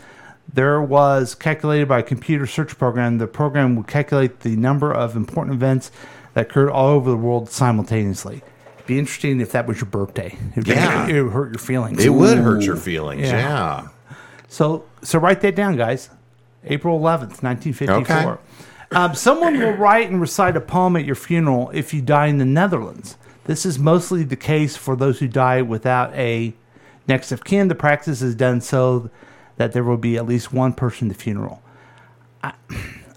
There was calculated by a computer search program. The program would calculate the number of important events that occurred all over the world simultaneously. Be interesting if that was your birthday. It would, Yeah. it would hurt your feelings. It would hurt your feelings. Yeah. Yeah. So so write that down, guys. April eleventh, nineteen fifty four. Okay. Um, someone will write and recite a poem at your funeral if you die in the Netherlands. This is mostly the case for those who die without a next of kin. The practice is done so that there will be at least one person at the funeral. I,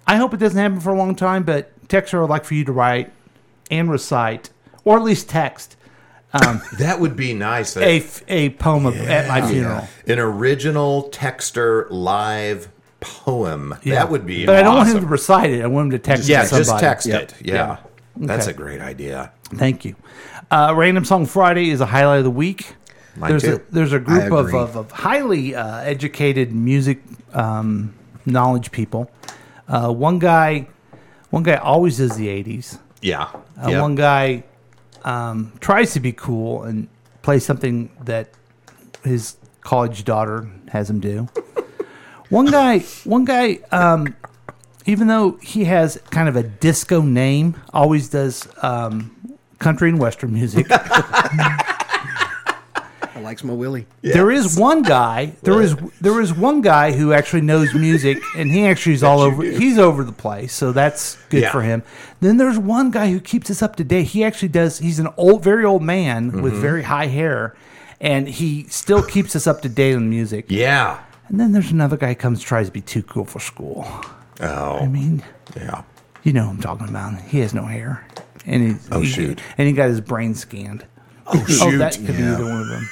I hope it doesn't happen for a long time, but Texter would like for you to write and recite, or at least text, That would be nice. that- a, f- a poem of- at my funeral. an original texter live poem. That would be. But I don't want him to awesome. recite it. I want him to text Yeah, it to just somebody. text Yep. it. Yeah. That's Okay. a great idea. Thank you. Uh, Random Song Friday is a highlight of the week. Mine there's, too. A, there's a group of, agree. of, of highly uh, educated music um, knowledge people. Uh, one guy, one guy always does the '80s. Yeah. Uh, Yep. One guy um, tries to be cool and plays something that his college daughter has him do. one guy, one guy, um, even though he has kind of a disco name, always does um, country and western music. I likes my Willie. There is one guy. There is there is one guy who actually knows music, and he actually is all over. He's over the place, so that's good Yeah. for him. Then there's one guy who keeps us up to date. He actually does. He's an old, very old man with Mm-hmm. very high hair, and he still keeps us up to date on music. Yeah. And then there's another guy who comes tries to be too cool for school. Oh. I mean, yeah. you know who I'm talking about. He has no hair, and he, Oh, he- shoot. and he got his brain scanned. Oh Oh, shoot. that could be either one of them.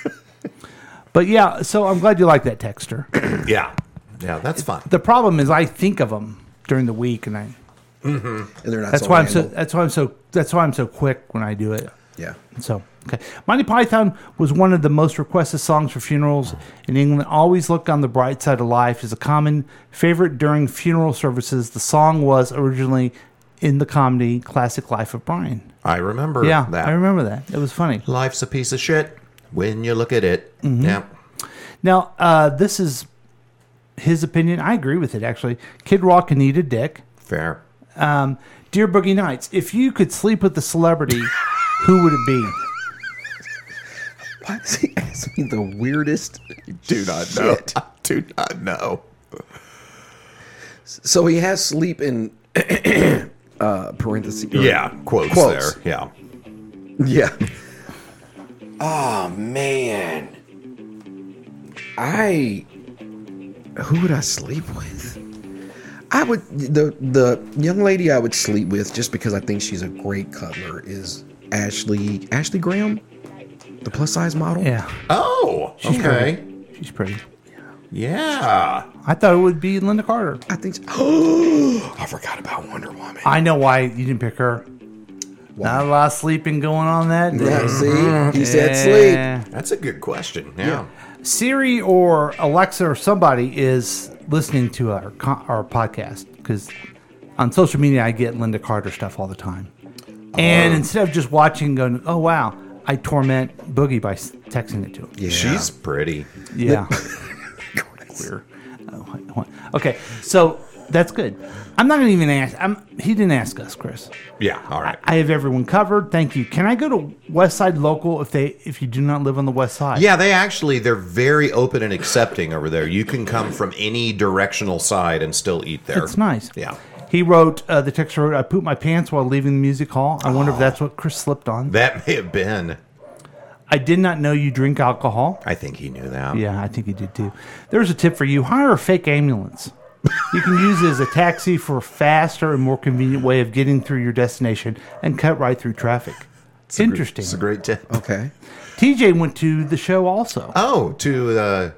But yeah, so I'm glad you like that texture. yeah. Yeah. That's fun. The problem is I think of them during the week, and I And they're not that's so why I'm so handled. that's why I'm so that's why I'm so quick when I do it. Yeah. So okay, Monty Python was one of the most requested songs for funerals in England. Always look on the bright side of life is a common favorite during funeral services. The song was originally in the comedy classic Life of Brian. I remember. Yeah, That. I remember that. It was funny. Life's a piece of shit when you look at it. Mm-hmm. Yeah. Now, uh, this is his opinion. I agree with it actually. Kid Rock and Eat a Dick. Fair. Um, Dear Boogie Nights, if you could sleep with a celebrity, who would it be? Why does he ask me the weirdest? Do not know. [LAUGHS] Do not know. So he has sleep in [CLEARS THROAT] uh, parentheses. or- Yeah. Quotes, Quotes. there. Yeah. Yeah. Oh man. I who would I sleep with? I would the the young lady I would sleep with just because I think she's a great cutler is Ashley Ashley Graham, the plus size model. Yeah, Oh. She's okay. pretty. she's pretty. Yeah. I thought it would be Linda Carter. I think. Oh, [GASPS] I forgot about Wonder Woman. I know why you didn't pick her. Not a lot of sleeping going on that day. yeah, see, he said sleep. Mm-hmm. Yeah. That's a good question. yeah. Siri or Alexa or somebody is listening to our co- our podcast because on social media I get Linda Carter stuff all the time, and instead of just watching, and going, oh wow, I torment Boogie by s- texting it to him. Yeah. She's pretty. Yeah. [LAUGHS] Queer. Oh, hold on. [LAUGHS] Okay, so that's good. I'm not going to even ask. I'm, he didn't ask us, Chris. Yeah. All right. I have everyone covered. Thank you. Can I go to West Side Local if they if you do not live on the West Side? yeah, they actually they're very open and accepting over there. You can come from any directional side and still eat there. it's nice. Yeah. He wrote uh, the text wrote, "I pooped my pants while leaving the music hall. I Oh. wonder if that's what Chris slipped on. That may have been. I did not know you drink alcohol. I think he knew that. Yeah, I think he did too. There's a tip for you: hire a fake ambulance. You can use it as a taxi for a faster and more convenient way of getting through your destination and cut right through traffic. It's a gr- Interesting. It's a great tip. Okay. TJ went to the show also. Oh, to uh,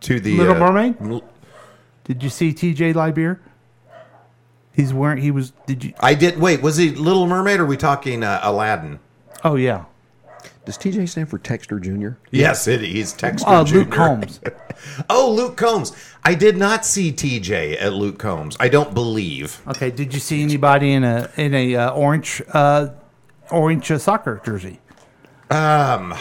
to the Little uh, Mermaid? l- Did you see TJ Libier? He's wearing. He was. Did you? I did. Wait, was he Little Mermaid? Or are we talking uh, Aladdin? Oh yeah. Does TJ stand for Texter Jr.? Yes, it, he's Texter Uh, Jr. Luke Combs. Oh, Luke Combs. I did not see TJ at Luke Combs. I don't believe. Okay. Did you see anybody in a in a uh, orange uh, orange uh, soccer jersey? I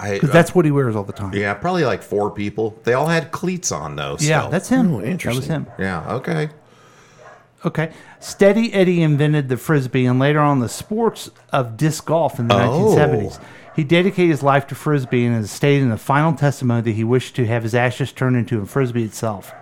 uh, 'Cause that's what he wears all the time. yeah, probably like four people. They all had cleats on though. Yeah, still. that's him. Oh, That was interesting. him. yeah. Okay. Okay. Steady Eddie invented the frisbee and later on the sports of disc golf in the Oh. 1970s. He dedicated his life to frisbee and has stated in the final testimony that he wished to have his ashes turned into a frisbee itself.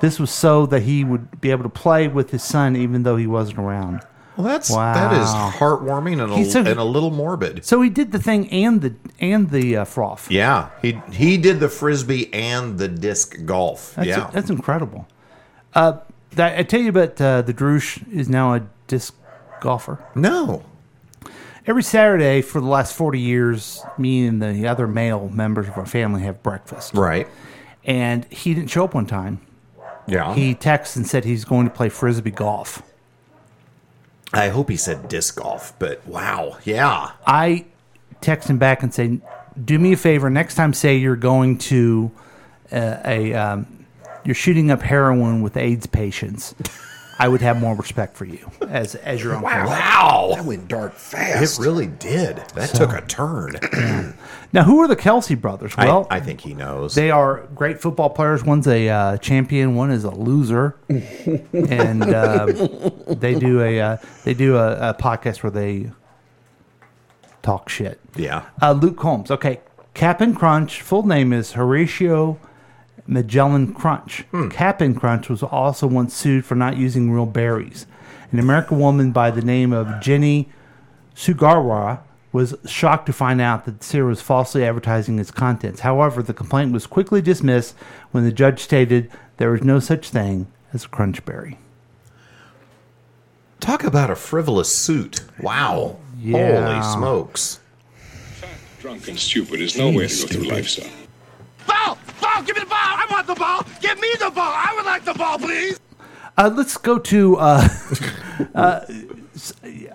This was so that he would be able to play with his son even though he wasn't around. Well, that's Wow. that is heartwarming and a, He's so- and a little morbid. So he did the thing and the and the uh, froth. Yeah, he he did the frisbee and the disc golf. That's, yeah, that's incredible. Uh, that, I tell you about uh, the Droosh is now a disc golfer. no. Every Saturday for the last 40 years, me and the other male members of our family have breakfast. Right. And he didn't show up one time. Yeah. He texted and said he's going to play frisbee golf. I hope he said disc golf, but wow. Yeah. I text him back and say, "Do me a favor. Next time, say you're going to uh, a um, you're shooting up heroin with AIDS patients. I would have more respect for you as as your uncle." That Wow. went dark It fast. really did. That took a [CLEARS THROAT] turn. Now, who are the Kelsey brothers? Well, I, I think he knows. They are great football players. One's a uh, champion. One is a [LAUGHS] loser, and uh, they do a uh, they do a, a podcast where they talk shit. yeah. Uh, Luke Combs. Okay, Cap'n Crunch. Full name is Horatio Magellan Crunch. Cap'n Crunch was also once sued for not using real berries. An American woman by the name of Jenny Sugarwa was shocked to find out that the cereal was falsely advertising its contents. However, the complaint was quickly dismissed when the judge stated there was no such thing as a crunch berry. Talk about a frivolous suit. Wow. Yeah. Holy smokes. Drunk and stupid is no way to go through life, son. Ball! Ball! Give me the ball! I want the ball! Give me the ball! I would like the ball, please! Uh, let's go to. Uh, [LAUGHS] uh,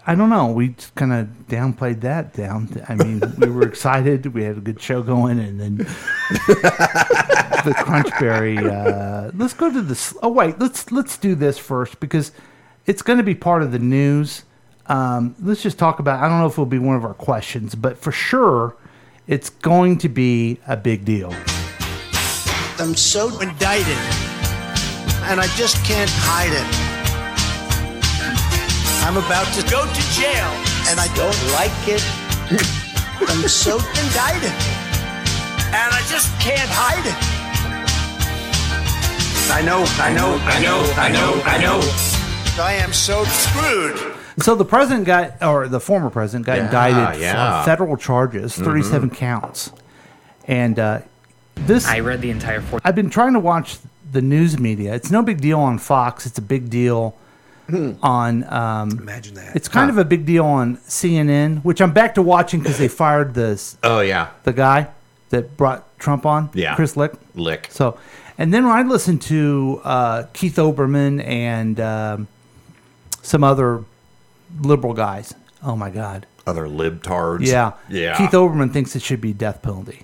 I don't know. We just kind of downplayed that down. I mean, we were excited. We had a good show going, and then [LAUGHS] the Crunchberry. Uh, let's go to this. Oh wait, let's let's do this first because it's going to be part of the news. Um, let's just talk about. I don't know if it'll be one of our questions, but for sure, it's going to be a big deal. I'm so indicted, and I just can't hide it. I'm about to go to jail, and I don't like [LAUGHS] it. I'm so indicted, and I just can't hide it. I know, I know, I know, I know, I know. I am so screwed. So the president got, or the former president got Yeah, indicted yeah. Mm-hmm. on federal charges, 37 counts. And uh, this, I read the entire. I've been trying to watch the news media. It's no big deal on Fox. It's a big deal Hmm. on. Um, Imagine that. it's kind of a big deal on CNN, which I'm back to watching because they fired this Oh, yeah. the guy that brought Trump on, Yeah. Chris Lick. Lick. So, and then when I listened to uh, Keith Oberman and um, some other liberal guys, oh my god, Other libtards. yeah, Yeah. Keith Oberman thinks it should be death penalty.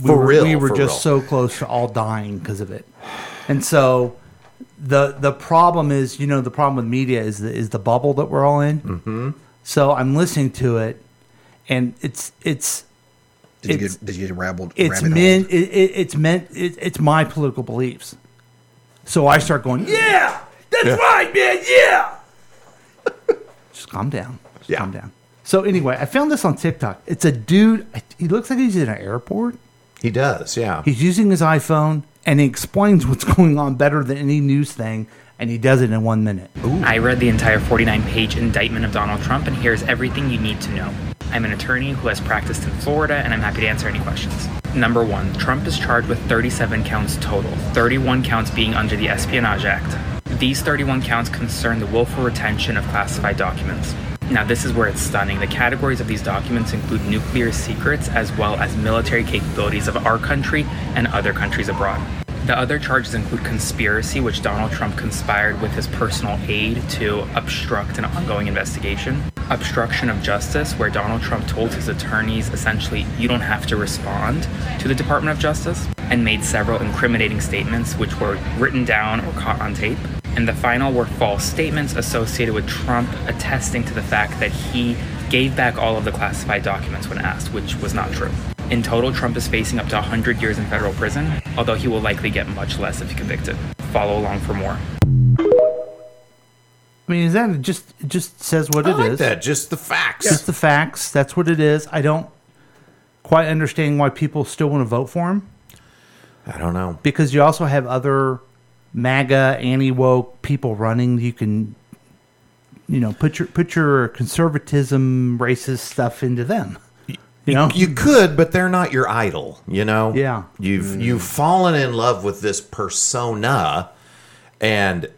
We For were, real, we were for just so close to all dying because of it, and so the the problem is, you know, the problem with media is the, is the bubble that we're all in. Mm-hmm. So I'm listening to it, and it's it's did, you it's- get, did you get rabbled? it's rabbit meant it, it, it's meant it, it's my political beliefs so i start going yeah that's right man yeah just calm down just Yeah. calm down so anyway i found this on tiktok it's a dude he looks like he's in an airport He does. Yeah. he's using his iphone and he explains what's [LAUGHS] going on better than any news thing and he does it in one minute I read the entire 49 page indictment of Donald Trump, and here's everything you need to know. I'm an attorney who has practiced in Florida, and I'm happy to answer any questions. Number one, Trump is charged with 37 counts total, 31 counts being under the Espionage Act. These 31 counts concern the willful retention of classified documents. Now, this is where it's stunning. The categories of these documents include nuclear secrets as well as military capabilities of our country and other countries abroad. The other charges include conspiracy, which Donald Trump conspired with his personal aide to obstruct an ongoing investigation, obstruction of justice, where Donald Trump told his attorneys essentially, you don't have to respond to the Department of Justice, and made several incriminating statements which were written down or caught on tape. And the final were false statements associated with Trump attesting to the fact that he gave back all of the classified documents when asked, which was not true. In total, Trump is facing up to 100 years in federal prison, although he will likely get much less if convicted. Follow along for more. I mean, is that it just it just says what it is? like that, just the facts. Just the facts. That's what it is. I don't quite understand why people still want to vote for him. I don't know. Because you also have other MAGA, anti woke people running. You can, you know, put your put your conservatism, racist stuff into them. You know, you could, but they're not your idol. You know, Yeah. Mm. You've you've fallen in love with this persona, and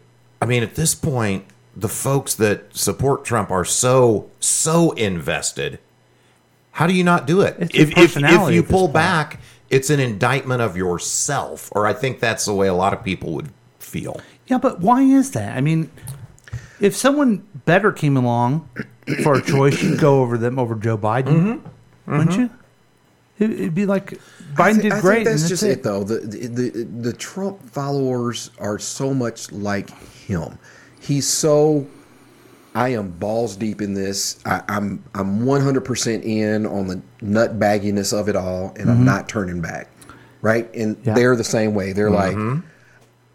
I mean, at this point, the folks that support Trump are so so invested. How do you not do it? It's a If, if if personality you at this pull point. back, it's an indictment of yourself, or I think that's the way a lot of people would feel. Yeah, but why is that? I mean, if someone better came along for a choice, you'd go over them over Joe Biden, wouldn't you? It- It'd be like Biden Mm-hmm. I did think great. and that's that's just it, though. The, the the the Trump followers are so much like him. He's so. I am balls deep in this. I, I'm I'm 100% in on the nut bagginess of it all, and I'm Mm-hmm. Mhm. not turning back. Right, and Yeah. they're the same way. They're Mhm. like,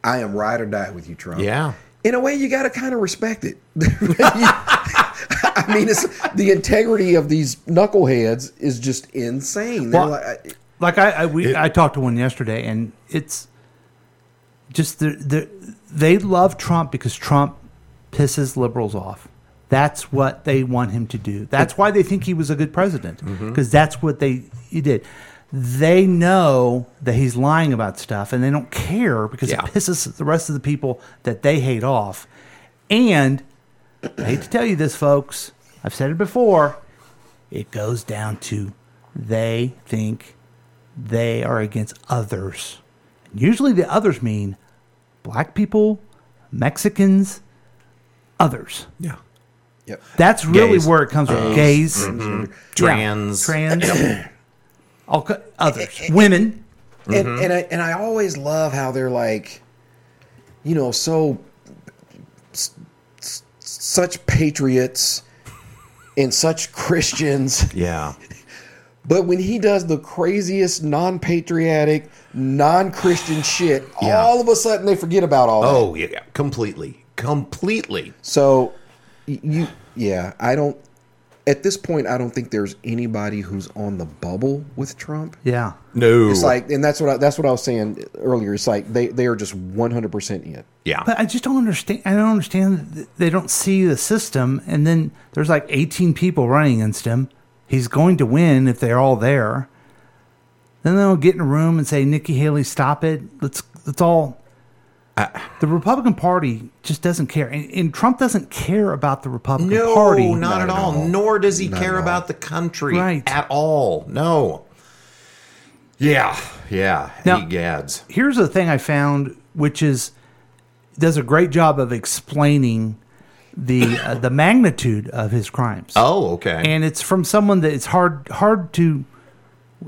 I am ride or die with you, Trump. Yeah. In a way, you got to kind of respect it. [LAUGHS] I mean, it's the integrity of these knuckleheads is just insane. They're Well, like, I- Like I, I we I talked to one yesterday, and it's just the the they love Trump because Trump pisses liberals off. That's what they want him to do. That's why they think he was a good president Mhm. because that's what they he did. They know that he's lying about stuff, and they don't care because Yeah. it pisses the rest of the people that they hate off. And I hate to tell you this, folks. I've said it before. It goes down to they think they are against others. Usually the others mean black people, Mexicans, others. Yeah. Yep. That's really Gays. where it comes from. Gays. Gays, Mhm. Yeah. Trans. trans, all co- others, women. and, Mm-hmm. and I and I always love how they're like, you know, so s- s- such patriots and such Christians. Yeah. But when he does the craziest non-patriotic, non-Christian shit, Yeah. all of a sudden they forget about all. Oh that. yeah, yeah, completely, completely. So y- you, yeah, I don't. At this point, I don't think there's anybody who's on the bubble with Trump. Yeah. No, It's like, and that's what I, that's what I was saying earlier. It's like they they are just one hundred percent in. Yeah. But I just don't understand. I don't understand. that They don't see the system, and then there's like 18 people running against him. He's going to win if they're all there. Then they'll get in a room and say, "Nikki Haley, stop it. Let's let's all." the Republican Party just doesn't care, and, and Trump doesn't care about the Republican No, Party. not, at all. Nor does he care about the country Right. at all. No. Yeah, yeah. Now- he gads. here's the thing I found, which is does a great job of explaining the uh, the magnitude of his crimes. Oh, okay. and it's from someone that it's hard hard to.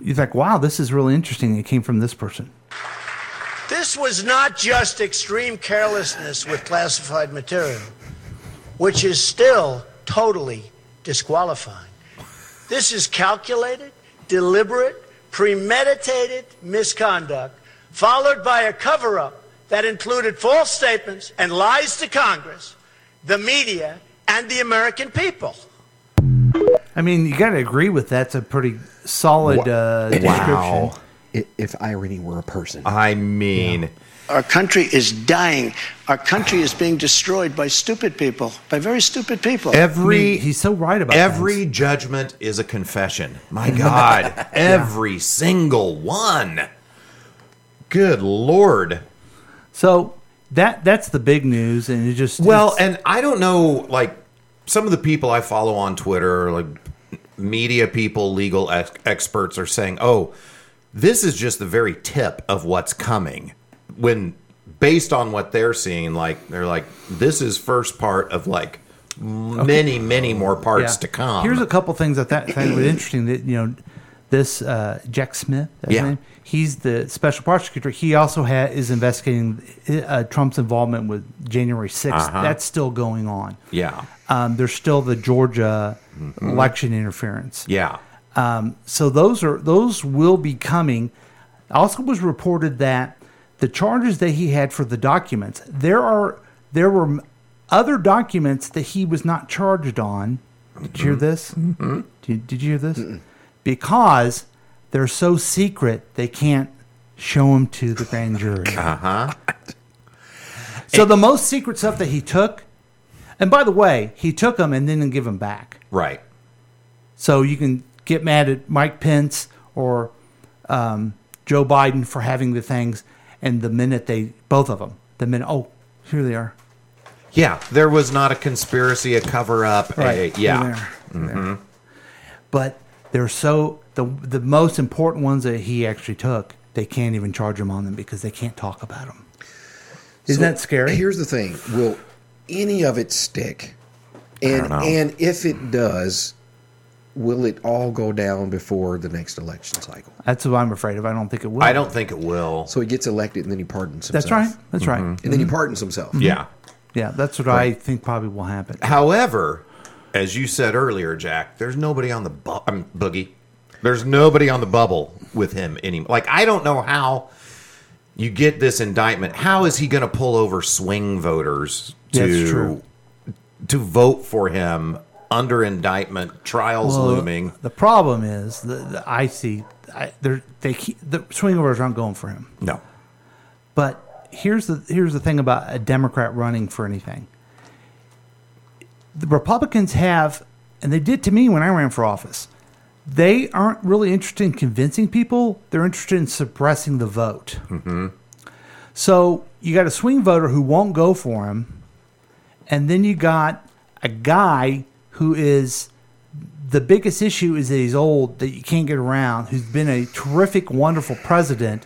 You're like, wow, this is really interesting. It came from this person. This was not just extreme carelessness with classified material, which is still totally disqualifying. This is calculated, deliberate, premeditated misconduct, followed by a cover up that included false statements and lies to Congress, the media, and the American people. I mean, you got to agree with that's a pretty solid uh, description. Wow. I- If irony were a person, I mean, Our country is dying. Our country is being destroyed by stupid people, by very stupid people. every he's so right about every judgment is a confession. [LAUGHS] My God, every single one. Good lord. So that that's the big news, and it just Well, it's- and I don't know, like some of the people I follow on Twitter, like media people, legal ex- experts, are saying, "Oh, this is just the very tip of what's coming." When based on what they're seeing, like they're like, "This is first part of like many, many more parts Yeah. to come." Here's a couple things that that found was interesting. That you know, this uh, Jack Smith, that's his Yeah. name, he's the special prosecutor. He also ha- is investigating uh, Trump's involvement with January 6th. Uh-huh. That's still going on. yeah, Um, there's still the Georgia election interference. yeah. Um, so those are those will be coming. Also, was reported that the charges that he had for the documents there are there were other documents that he was not charged on. Did you hear this? Did, did you hear this? Because they're so secret, they can't show them to the grand jury. Uh huh. So the most secret stuff that he took, and by the way, he took them and then didn't give them back. Right. So you can get mad at Mike Pence or um, Joe Biden for having the things, and the minute they both of them, the minute oh here they are, Yeah, there was not a conspiracy, a cover up. Right. A, yeah. Mm-hmm. There, but they're so the the most important ones that he actually took, they can't even charge him on them because they can't talk about them. Isn't that scary? Here's the thing: Will any of it stick? don't And know. and if it does, will it all go down before the next election cycle? That's what I'm afraid of. I don't think it will. I don't think it will. So he gets elected and then he pardons himself. That's right. Mm-hmm. That's right. Mm-hmm. And then he pardons himself. Yeah. Yeah, that's what I think probably will happen. However, as you said earlier, Jack, there's nobody on the bu- I mean, boogie. There's nobody on the bubble with him anymore. Like I don't know how you get this indictment. How is he going to pull over swing voters That's to true. to vote for him under indictment, trials Well, looming? The problem is the, the I see I, they're, they keep, the swing voters aren't going for him. No. But here's the here's the thing about a Democrat running for anything. The Republicans have, and they did to me when I ran for office. They aren't really interested in convincing people; they're interested in suppressing the vote. So you got a swing voter who won't go for him, and then you got a guy who is the biggest issue is that he's old, that you can't get around, who's been a terrific, wonderful president,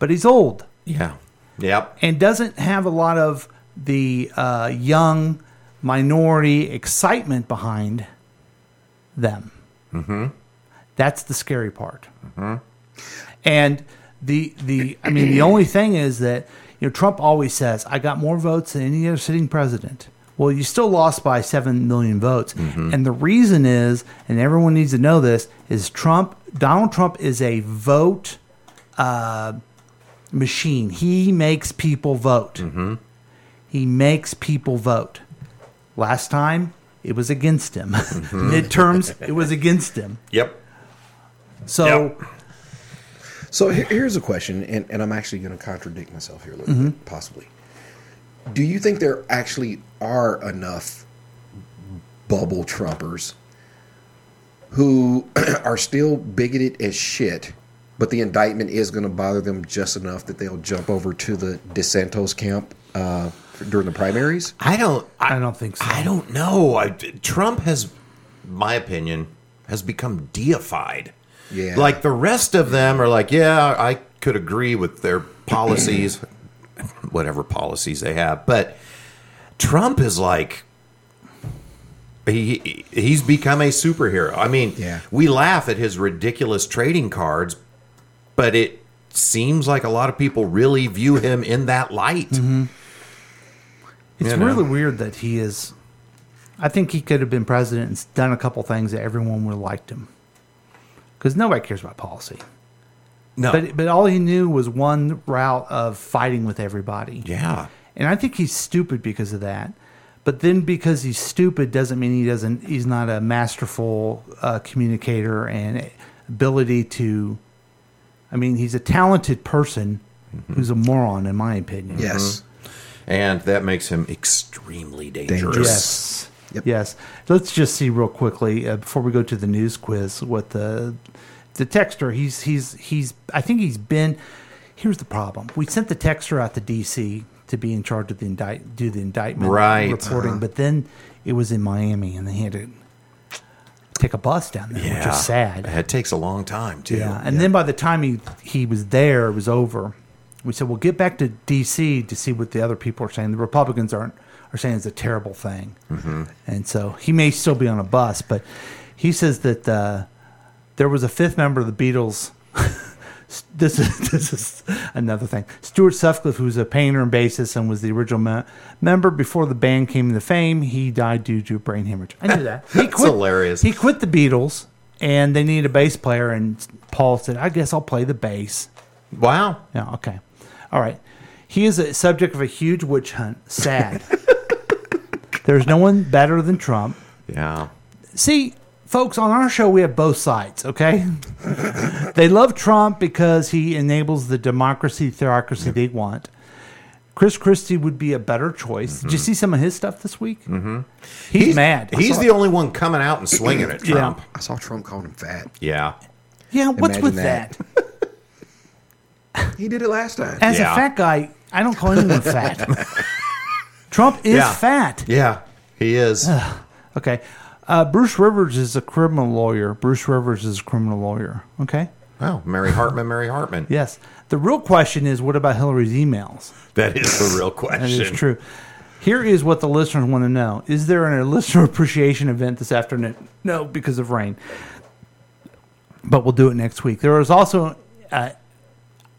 but he's old Yeah. Yep. and doesn't have a lot of the uh, young minority excitement behind them. Mm-hmm. That's the scary part. And the the I mean the only thing is that you know Trump always says I got more votes than any other sitting president. Well, you still lost by 7 million votes. And the reason is and everyone needs to know this is Trump Donald Trump is a vote uh, machine. He makes people vote. He makes people vote. Last time it was against him. [LAUGHS] Midterms it was against him. Yep. So So here- here's a question, and, and I'm actually going to contradict myself here a little Mhm. bit, possibly. Do you think there actually are enough bubble Trumpers who [CLEARS THROAT] are still bigoted as shit, but the indictment is going to bother them just enough that they'll jump over to the DeSantos camp uh, during the primaries? I don't. I, don't think so. I don't know. I, Trump has, my opinion, has become deified. Yeah. Like the rest of them are like, yeah, I could agree with their policies, [CLEARS THROAT] whatever policies they have, but Trump is like. He he- he's become a superhero. I mean, Yeah. we laugh at his ridiculous trading cards, but it seems like a lot of people really view him in that light. It's You know? really weird that he is. I think he could have been president and done a couple things that everyone would have liked him. Because nobody cares about policy. No. But, but all he knew was one route of fighting with everybody. Yeah. And I think he's stupid because of that. But then because he's stupid doesn't mean he doesn't, he's not a masterful uh, communicator and ability to. I mean, he's a talented person who's a moron, in my opinion. Yes. And that makes him extremely dangerous. Yes. Yes. Let's just see real quickly uh, before we go to the news quiz what the the texter he's he's he's I think he's been here's the problem. We sent the texter out to DC to be in charge of the indict, do the indictment Right, reporting. uh-huh. But then it was in Miami, and they had to take a bus down there, which is sad. It takes a long time too. Yeah, and then by the time he he was there, it was over. We said, "Well, get back to D.C. to see what the other people are saying. The Republicans aren't are saying it's a terrible thing." Mhm. And so he may still be on a bus, but he says that uh, there was a fifth member of the Beatles. [LAUGHS] this is this is another thing. Stuart Sutcliffe, who's a painter and bassist and was the original me- member before the band came into fame, he died due to a brain hemorrhage. I knew [LAUGHS] that. He That's hilarious. He quit the Beatles, and they needed a bass player, and Paul said, "I guess I'll play the bass." Wow. Yeah. Okay. All right. He is a subject of a huge witch hunt. Sad. [LAUGHS] There's no one better than Trump. Yeah. See, folks, on our show we have both sides, okay? [LAUGHS] they love Trump because he enables the democracy theocracy they want. Chris Christie would be a better choice. Did you see some of his stuff this week? Mm-hmm. He's, mad. He's the only one coming out and swinging [CLEARS THROAT] at Yeah. Trump. I saw Trump calling him fat. Yeah. Yeah, what's Imagine with that? that. He did it last time. As a fat guy, I don't call anyone fat. Trump is Yeah. fat. Yeah, he is. okay. Uh, Bruce Rivers is a criminal lawyer. Bruce Rivers is a criminal lawyer. Okay. Oh, Mary Hartman, Mary Hartman. Yes. The real question is what about Hillary's emails? That is the real question. [LAUGHS] That is true. Here is what the listeners want to know. Is there a listener [LAUGHS] appreciation event this afternoon? No, because of rain. But we'll do it next week. There is also uh,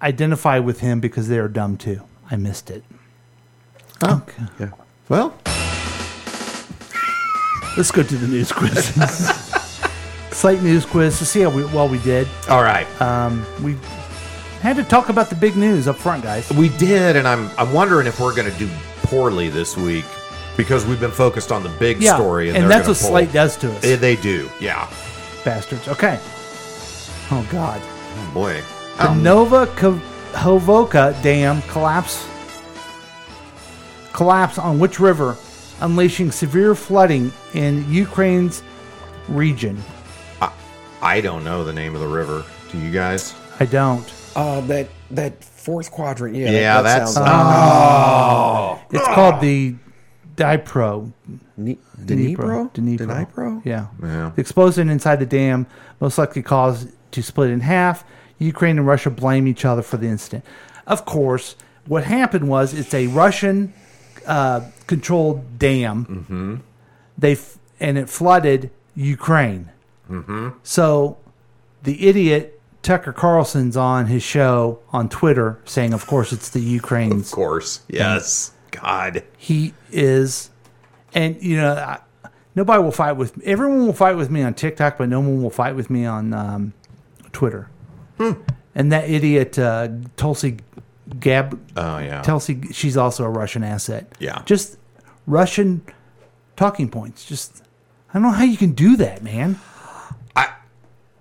identify with him because they are dumb too. I missed it. Oh, yeah. Well, let's go to the news [LAUGHS] quiz. Slight news quiz to see how we, well we did. All right. Um, we had to talk about the big news up front, guys. We did, and I'm I'm wondering if we're going to do poorly this week because we've been focused on the big Yeah, story, and, and they're that's gonna what pull. Slate does to us. Eh, They do, yeah. Bastards. Okay. Oh God. Oh, boy, The Nova Hovoka Dam collapse collapse on which river, unleashing severe flooding in Ukraine's region. I don't know the name of the river. Do you guys? I don't. Uh, that that fourth quadrant. Yeah. uh, Yeah, that's- Oh. It's called the Dipro. Dnipro? Dnipro. Dnipro? Yeah. Yeah. The explosion inside the dam most likely caused to split in half. Ukraine and Russia blame each other for the incident. Of course, what happened was it's a Russian uh, controlled dam. Mm-hmm. They f- and it flooded Ukraine. Mm-hmm. So the idiot Tucker Carlson's on his show on Twitter saying, of course, it's the Ukraine's. Of course, yes. God, He is, and you know, I, nobody will fight with everyone will fight with me on TikTok, but no one will fight with me on um, Twitter. Hmm. And that idiot uh, Tulsi Gab, Oh, yeah. Tulsi, she's also a Russian asset. Yeah. just Russian talking points. Just I don't know how you can do that, man.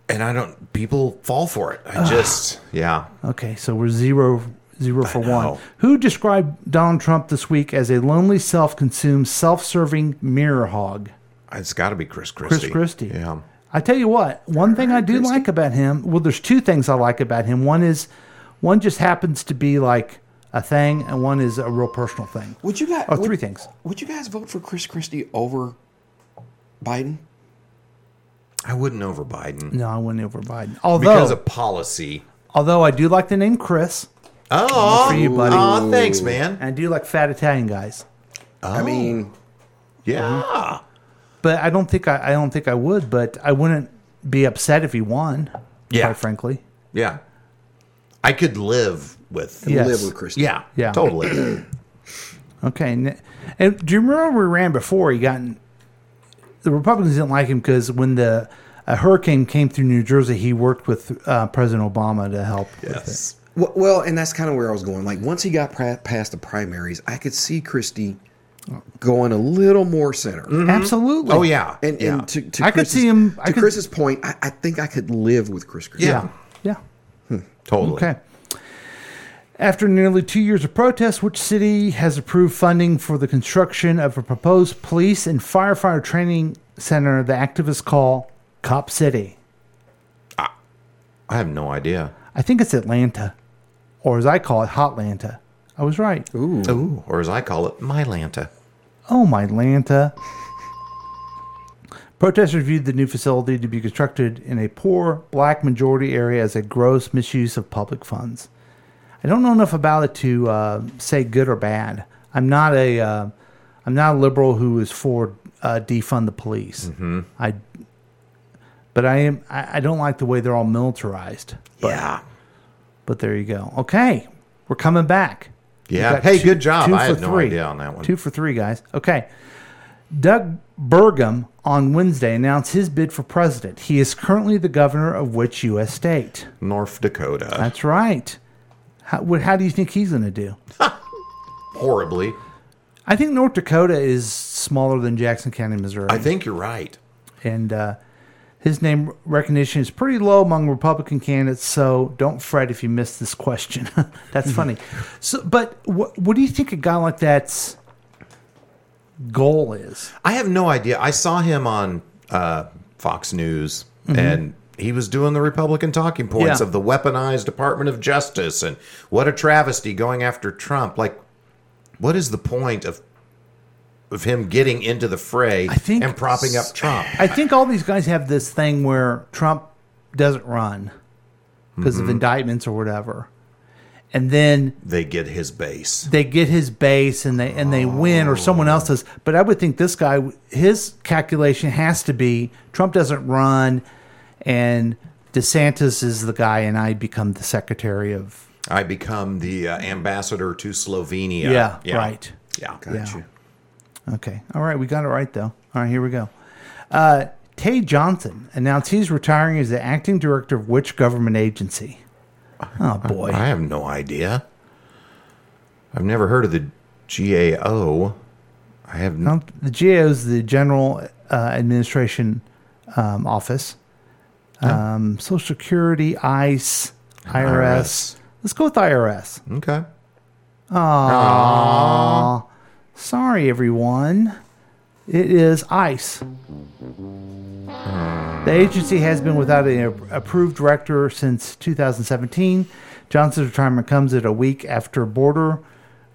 and I don't. People fall for it. I just, yeah. Okay, so we're zero zero for one. know. Who described Donald Trump this week as a lonely, self-consumed, self-serving mirror hog? It's got to be Chris Christie. Chris Christie. Yeah. I tell you what, one thing I do like about him, well, there's two things I like about him. One is, one just happens to be like a thing, and one is a real personal thing. Would you guys? Oh, would, three things. Would you guys vote for Chris Christie over Biden? I wouldn't over Biden. No, I wouldn't over Biden. Although, because of policy. although I do like the name Chris. Oh, Good for you, buddy. aw, thanks, man. And I do like fat Italian guys. I mean, yeah. But I don't think I, I don't think I would. But I wouldn't be upset if he won. Yeah. quite frankly. Yeah. I could live with Yes. Live with Christie. Yeah. Yeah. Totally. Okay. And, and do you remember we ran before he got in, the Republicans didn't like him because when the a hurricane came through New Jersey, he worked with uh, President Obama to help. Yes. Well, well, and that's kind of where I was going. Like once he got pra- past the primaries, I could see Christie going a little more center. Absolutely. Oh, yeah. And, Yeah. and to, to Mm. I could Chris's- see him- To I could- Chris's point, I, I think I could live with Chris Christie. Yeah. Yeah. Totally. Okay. After nearly two years of protests, which city has approved funding for the construction of a proposed police and firefighter training center the activists call Cop City? I have no idea. I think it's Atlanta, or as I call it, Hotlanta. I was right. Ooh. Ooh. Or as I call it, my Lanta. Oh, my Lanta. Protesters viewed the new facility to be constructed in a poor black majority area as a gross misuse of public funds. I don't know enough about it to uh, say good or bad. I'm not a uh, I'm not a liberal who is for uh, defund the police. I but I am I, I don't like the way they're all militarized. But, yeah. But there you go. Okay, we're coming back. We've Yeah. got Hey, good job. I had no three. idea on that one. Two for three, guys. Okay. Doug Burgum on Wednesday announced his bid for president. He is currently the governor of which U.S. state? North Dakota. That's right. How, what, how do you think he's going to do? Horribly. I think North Dakota is smaller than Jackson County, Missouri. I think you're right. And uh, his name recognition is pretty low among Republican candidates, so don't fret if you miss this question. [LAUGHS] Mm-hmm. That's funny. So, but what, what do you think a guy like that's goal is? I have no idea. I saw him on uh, Fox News Mhm. and he was doing the Republican talking points Yeah. of the weaponized Department of Justice and what a travesty going after Trump. Like, what is the point of of him getting into the fray and propping up Trump? I think all these guys have this thing where Trump doesn't run because Mhm. of indictments or whatever, and then They get his base. they get his base and they and they win or someone else does. But I would think this guy, his calculation has to be Trump doesn't run, and DeSantis is the guy, and I become the secretary of I become the uh, ambassador to Slovenia. Yeah, right. Yeah. Gotcha. Okay. All right. We got it right, though. All right. Here we go. Uh, Tay Johnson announced he's retiring as the acting director of which government agency? Oh, boy. I have no idea. I've never heard of the GAO. I have No, Um, the GAO is the General uh, Administration um, Office. Um, Social Security, ICE, IRS. IRS. Let's go with IRS. Okay. Aww. Sorry, everyone. It is ICE. The agency has been without an a- approved director since 2017. Johnson's retirement comes at a week after Border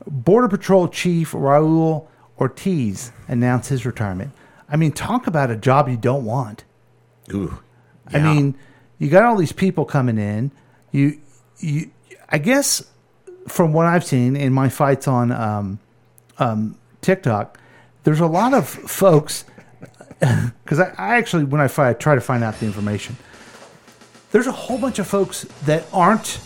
Border Patrol Chief Raul Ortiz announced his retirement. I mean, talk about a job you don't want. Ooh. I mean, you got all these people coming in. You, you, I guess, from what I've seen in my fights on um, um, TikTok, there's a lot of folks. [LAUGHS] Because I, I actually, when I fight, I try to find out the information. There's a whole bunch of folks that aren't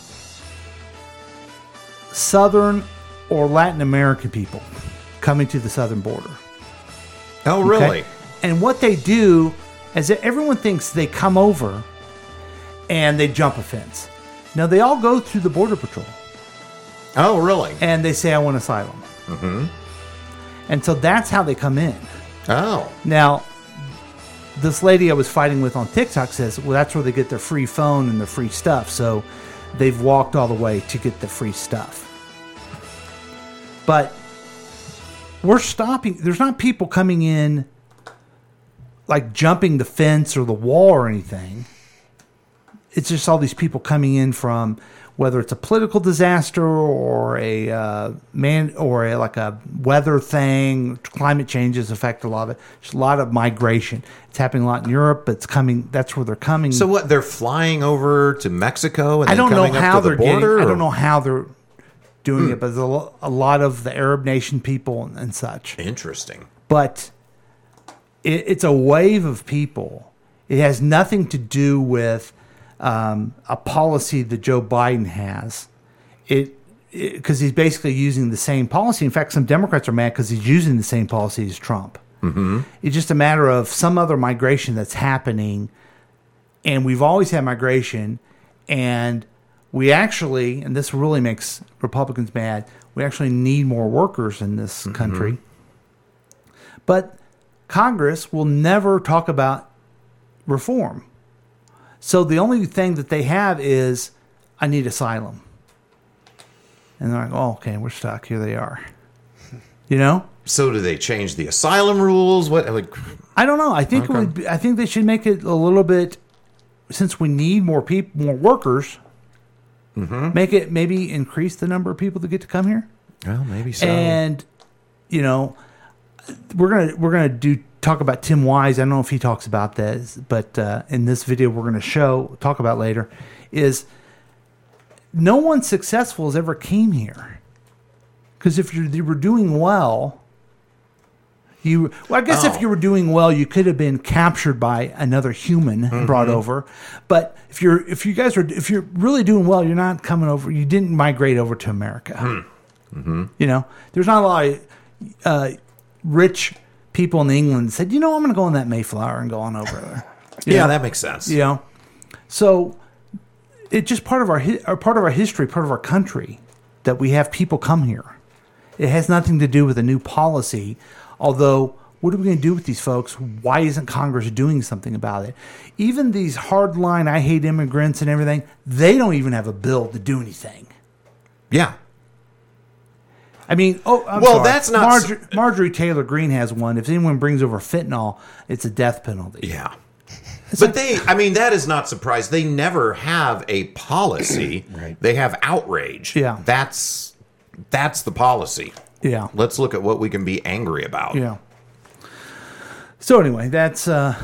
Southern or Latin American people coming to the southern border. Oh, Okay? really? And what they do is that everyone thinks they come over and they jump a fence. Now they all go through the border patrol. Oh, really? And they say, "I want asylum," Mm-hmm. and so that's how they come in. Oh. Now, this lady I was fighting with on TikTok says, "Well, that's where they get their free phone and their free stuff." So they've walked all the way to get the free stuff. But we're stopping. There's not people coming in like jumping the fence or the wall or anything. It's just all these people coming in from whether it's a political disaster or a uh, man or a, like a weather thing. Climate changes affect a lot of it. There's a lot of migration. It's happening a lot in Europe, but it's coming. That's where they're coming. So what? They're flying over to Mexico and I then don't know coming how up to they're the border. getting. I or- don't know how they're doing Hmm. it, but there's a, lo- a lot of the Arab nation people and, and such. Interesting. But it, it's a wave of people. It has nothing to do with um, a policy that Joe Biden has. It because he's basically using the same policy. In fact, some Democrats are mad because he's using the same policy as Trump. Mm-hmm. It's just a matter of some other migration that's happening. And we've always had migration. And we actually, and this really makes Republicans mad, we actually need more workers in this country. But Congress will never talk about reform. So the only thing that they have is, I need asylum. And they're like, oh, okay, we're stuck. Here they are. [LAUGHS] You know? So do they change the asylum rules? What? Like, I don't know. I think Okay. it would be, I think they should make it a little bit since we need more people, more workers. Make it maybe increase the number of people that get to come here. Well, maybe so. And you know, we're gonna we're gonna do talk about Tim Wise. I don't know if he talks about this, but uh, in this video we're gonna show talk about later is no one successful has ever came here because if you you were doing well. You, well, I guess Oh. if you were doing well, you could have been captured by another human and brought Mhm. over. But if you're, if you guys are, if you're really doing well, you're not coming over. You didn't migrate over to America. Hmm. mm-hmm. You know, there's not a lot of uh, rich people in England that said, you know, I'm going to go on that Mayflower and go on over there. Yeah, that makes sense. You know, so it's just part of our hi- or part of our history, part of our country that we have people come here. It has nothing to do with a new policy, although. What are we going to do with these folks? Why isn't Congress doing something about it? Even these hardline, I hate immigrants and everything, they don't even have a bill to do anything. Yeah. I mean, oh, I'm Well, sorry. that's not- Marjorie, Marjorie Taylor Greene has one. If anyone brings over fentanyl, it's a death penalty. Yeah, but they, I mean, that is not surprised. They never have [CLEARS THROAT] a policy. They have outrage. Yeah. That's that's the policy. yeah, Let's look at what we can be angry about. yeah. So anyway, that's uh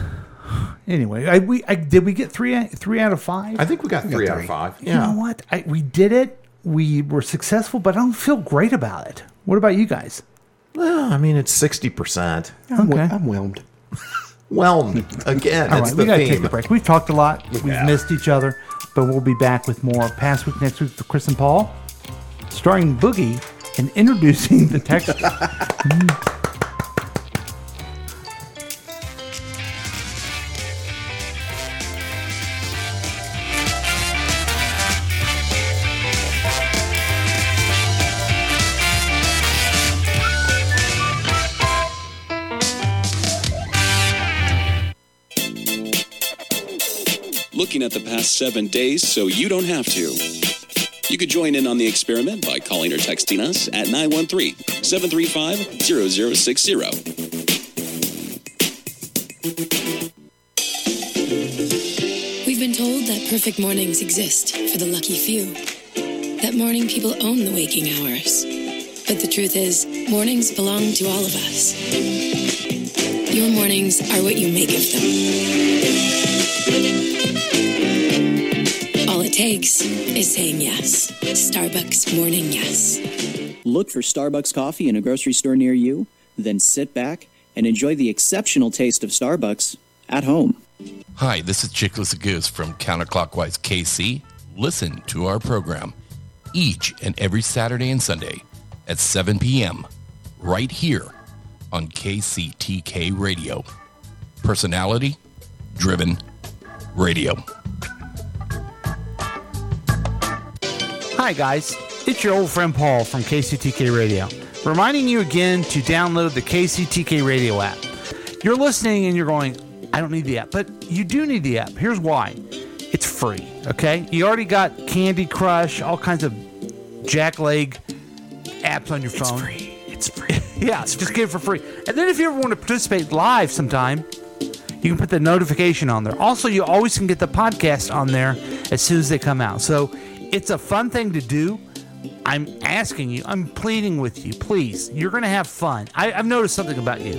anyway. I we I, did we get three out- three out of five? I think we got three out of five. Yeah. You know what? I, we did it. We were successful, but I don't feel great about it. What about you guys? Well, I mean, it's sixty percent. I'm, okay. I'm whelmed. [LAUGHS] Whelmed again. All it's right, the we gotta theme. take a break. We've talked a lot. We've Yeah. missed each other, but we'll be back with more past week next week for Chris and Paul, starring Boogie and introducing the text. looking at the past seven days so you don't have to. You could join in on the experiment by calling or texting us at 913 735 0060. We've been told that perfect mornings exist for the lucky few, that morning people own the waking hours. But the truth is, mornings belong to all of us. Your mornings are what you make of them. All it takes is saying yes. Starbucks Morning Yes. Look for Starbucks coffee in a grocery store near you, then sit back and enjoy the exceptional taste of Starbucks at home. Hi, this is Chick Goose from Counterclockwise KC. Listen to our program each and every Saturday and Sunday at 7 p.m. right here on KCTK Radio. Personality driven radio. Hi, guys. It's your old friend Paul from KCTK Radio, reminding you again to download the KCTK Radio app. You're listening and you're going, I don't need the app, but you do need the app. Here's why it's free, okay? You already got Candy Crush, all kinds of jackleg apps on your phone. It's free. [LAUGHS] It's free. yeah, just get it for free. And then if you ever want to participate live sometime, you can put the notification on there. Also, you always can get the podcast on there as soon as they come out. So it's a fun thing to do. I'm asking you, I'm pleading with you, please. You're going to have fun. I, I've noticed something about you.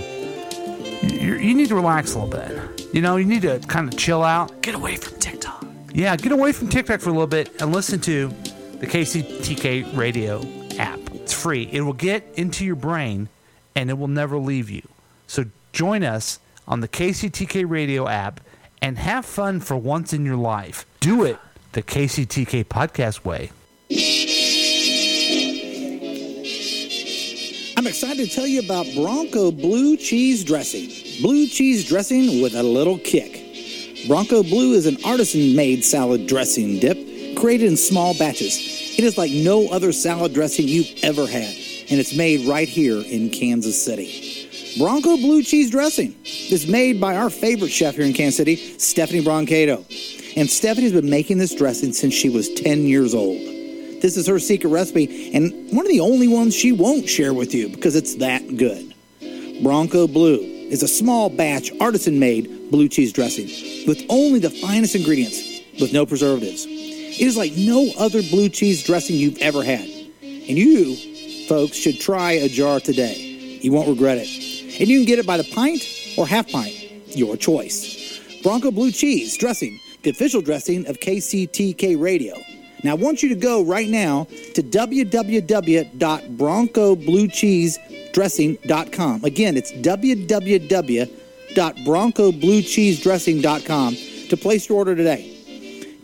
you you need to relax a little bit. You know, you need to kind of chill out. Get away from TikTok. Yeah, get away from TikTok for a little bit and listen to the KCTK radio app. It's free. It will get into your brain and it will never leave you. So join us on the KCTK radio app and have fun for once in your life. Do it the KCTK podcast way. I'm excited to tell you about Bronco Blue Cheese Dressing. Blue cheese dressing with a little kick. Bronco Blue is an artisan made salad dressing dip created in small batches. It is like no other salad dressing you've ever had, and it's made right here in Kansas City. Bronco Blue Cheese Dressing is made by our favorite chef here in Kansas City, Stephanie Broncato. And Stephanie's been making this dressing since she was 10 years old. This is her secret recipe, and one of the only ones she won't share with you because it's that good. Bronco Blue is a small batch, artisan made blue cheese dressing with only the finest ingredients, with no preservatives. It is like no other blue cheese dressing you've ever had. And you, folks should try a jar today. You won't regret it. And you can get it by the pint or half pint, your choice. Bronco Blue Cheese Dressing, the official dressing of KCTK Radio. Now, I want you to go right now to www.broncobluecheesedressing.com. Again, it's www.broncobluecheesedressing.com to place your order today.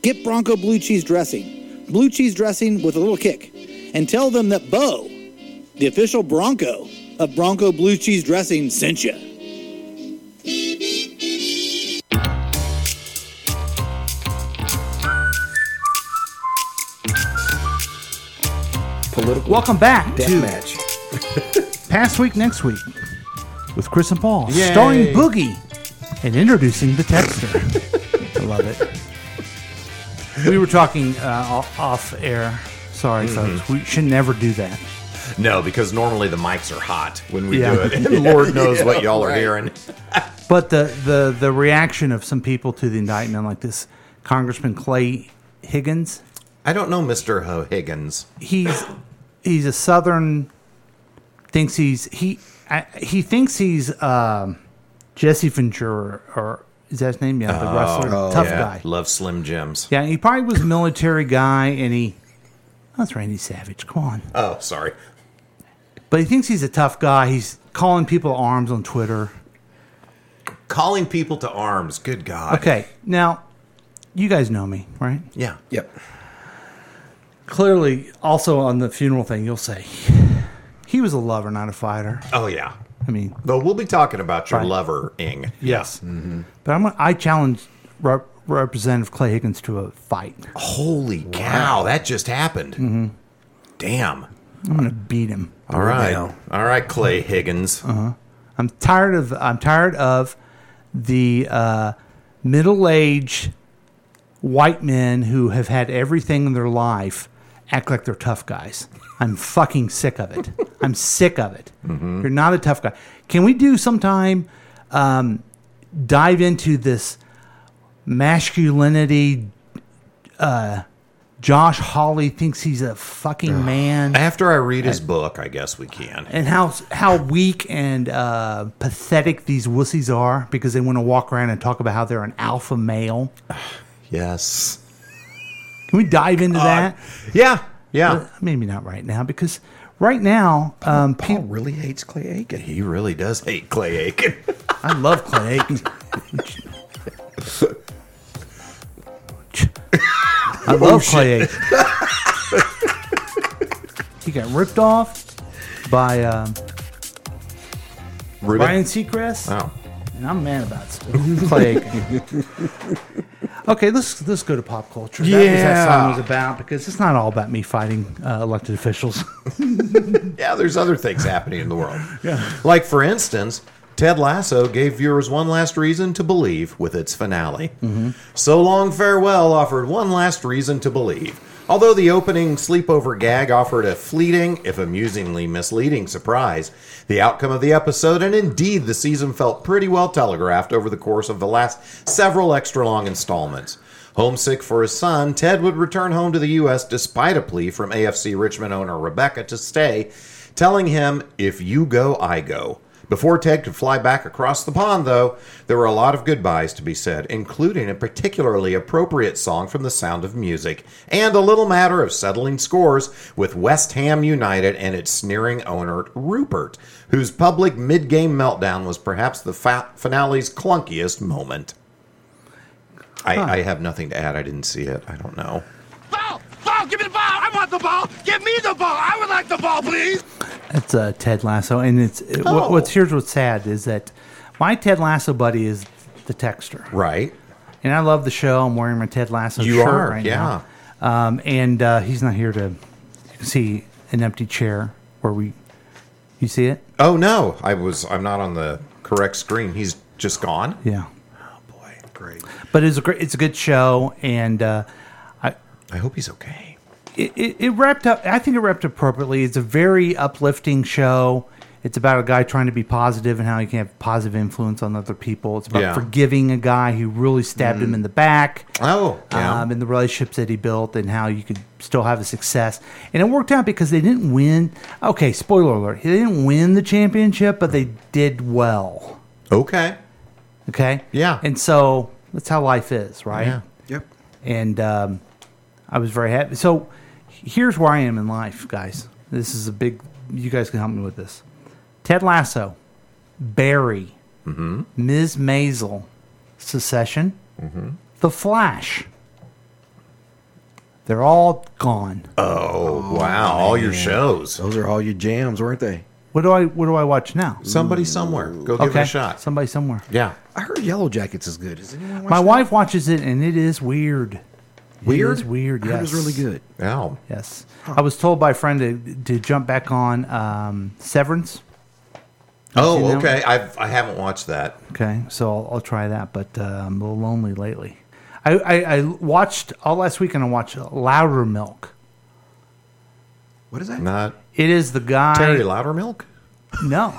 Get Bronco Blue Cheese Dressing. Blue cheese dressing with a little kick. And tell them that Bo, the official Bronco of Bronco Blue Cheese Dressing, sent you. Political. Welcome back to match. Past Week, Next Week with Chris and Paul, Yay. starring Boogie and introducing the texter. I love it. We were talking uh, o- off air. Sorry, Mhm. folks. We should never do that. No, because normally the mics are hot when we Yeah. [LAUGHS] do it, and Lord knows what Yeah, y'all are right. hearing. But the, the, the reaction of some people to the indictment, like this Congressman Clay Higgins. I don't know Mr. Ho Higgins. He's he's a Southern. Thinks he's he I, he thinks he's um, Jesse Ventura or is that his name? Yeah, the wrestler, tough guy. Love Slim Jims. Yeah, he probably was a military guy, and he oh, that's Randy Savage. Come on. Oh, sorry. But he thinks he's a tough guy. He's calling people to arms on Twitter. Calling people to arms. Good God. Okay, now you guys know me, right? Yeah. Yep. Clearly, also on the funeral thing, you'll say he was a lover, not a fighter. Oh yeah. I mean, Though we'll be talking about your Right. lovering. Yes. but I'm gonna, I challenge Rep- Representative Clay Higgins to a fight. Holy cow! That just happened. hmm Damn. I'm gonna beat him. All right. All right, Clay Higgins. Uh-huh. I'm tired of I'm tired of the uh, middle-aged white men who have had everything in their life act like they're tough guys. I'm fucking sick of it. I'm sick of it. You're not a tough guy. Can we do sometime um, dive into this masculinity? Uh, Josh Hawley thinks he's a fucking man. After I read his book, I guess we can. and how how weak and uh, pathetic these wussies are because they want to walk around and talk about how they're an alpha male. Yes. Can we dive Uh, into that? Yeah, yeah. maybe not right now because right now, um, Paul really hates Clay Aiken. He really does hate Clay Aiken. I love Clay Aiken. I Oh, love shit. Clay Aiken. he got ripped off by um, Ruben? Ryan Seacrest. Oh. And I'm mad about it [LAUGHS] still. Clay Aiken. okay, let's let's go to pop culture. That was Yeah. that song was about because it's not all about me fighting uh, elected [LAUGHS] officials. yeah, there's other things happening in the world. Yeah. Like, for instance, Ted Lasso gave viewers one last reason to believe with its finale. So Long Farewell offered one last reason to believe. Although the opening sleepover gag offered a fleeting, if amusingly misleading, surprise, the outcome of the episode and indeed the season felt pretty well telegraphed over the course of the last several extra long installments. Homesick for his son, Ted would return home to the U.S. despite a plea from AFC Richmond owner Rebecca to stay, telling him, If you go, I go. Before Ted could fly back across the pond, though, there were a lot of goodbyes to be said, including a particularly appropriate song from The Sound of Music, and a little matter of settling scores with West Ham United and its sneering owner, Rupert, whose public mid game meltdown was perhaps the fa- finale's clunkiest moment. I, Huh. I have nothing to add. I didn't see it. I don't know. Ball! Ball! Give me the ball! I want the ball! Give me the ball! I would like the ball, please! That's uh, Ted Lasso, and it's it- Oh. what, what's here's what's sad is that my Ted Lasso buddy is the texter, right? And I love the show. I'm wearing my Ted Lasso You shirt are, right yeah. now, um, and uh, he's not here to see an empty chair where we. You see it? Oh no, I was. I'm not on the correct screen. He's just gone. Yeah. But it's a great, it's a good show, and uh, I I hope he's okay. It, it, it wrapped up. I think it wrapped appropriately. It's a very uplifting show. It's about a guy trying to be positive and how he can have positive influence on other people. It's about Yeah. forgiving a guy who really stabbed him Mm. in the back. Oh, yeah. um, and the relationships that he built and how you could still have a success. And it worked out because they didn't win. Okay, spoiler alert: they didn't win the championship, but they did well. Okay. Okay. Yeah. And so that's how life is, right? Yeah. Yep. And um, I was very happy. So here's where I am in life, guys. This is a big. You guys can help me with this. Ted Lasso, Barry, Mm-hmm. Ms. Maisel, Secession, Mm-hmm. The Flash. They're all gone. Uh. Oh, wow. All your shows. Those are all your jams, weren't they? What do I What do I watch now? Somebody somewhere. Go give it a shot. Somebody somewhere. Yeah. I heard Yellow Jackets is good. Is anyone My wife watches it and it is weird. Weird? It is weird. I Yes. heard it was really good. Wow. Yes. I was told by a friend to, to jump back on um, Severance. You seen that Oh, one? okay. I've I haven't watched that. Okay, so I'll, I'll try that, but uh, I'm a little lonely lately. I, I, I watched all last weekend. I watched Louder Milk. What is Not It is the guy Terry Loudermilk. No.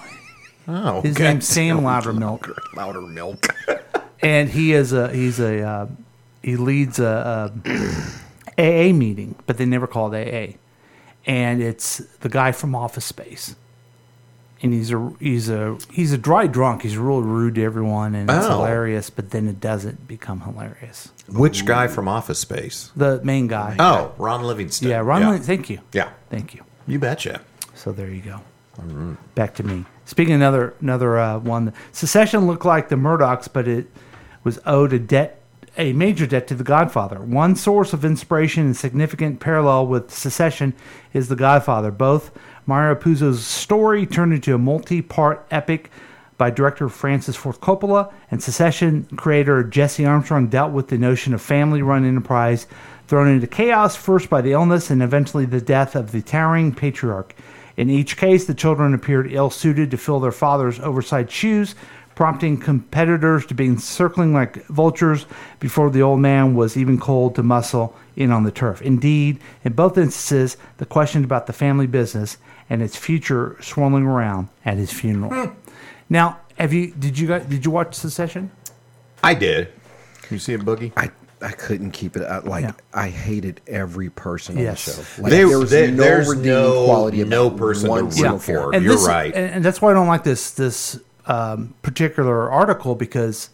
Oh, his okay. name's [LAUGHS] Sam Loudermilk, Louder milk. and he is a he's a uh, he leads a, a AA meeting, but they never call it AA, and it's the guy from Office Space. And he's a he's a he's a dry drunk. He's real rude to everyone, and it's Oh. hilarious. But then it doesn't become hilarious. Which guy from Office Space? The main guy. Oh, Ron Livingston. Yeah, Ron Lin- thank you. Yeah. Thank you. You betcha. So there you go. Back to me. Speaking of another another uh, one, Secession looked like the Murdochs, but it was owed a debt, a major debt to The Godfather. One source of inspiration and significant parallel with Secession is The Godfather. Both Mario Puzo's story turned into a multi-part epic by director Francis Ford Coppola, and Secession creator Jesse Armstrong dealt with the notion of family run enterprise thrown into chaos first by the illness and eventually the death of the towering patriarch. In each case, the children appeared ill suited to fill their father's oversized shoes, prompting competitors to be circling like vultures before the old man was even cold to muscle in on the turf. Indeed, in both instances, the question about the family business and its future swirling around at his funeral. Now, have you did you guys did you watch Secession? I did. You see a boogie? I I couldn't keep it. I, like I hated every person Yes. on the show. Like, There- there- there's redeeming no- no person to one root single for. character. And You're this- right. and, and that's why I don't like this this um, particular article because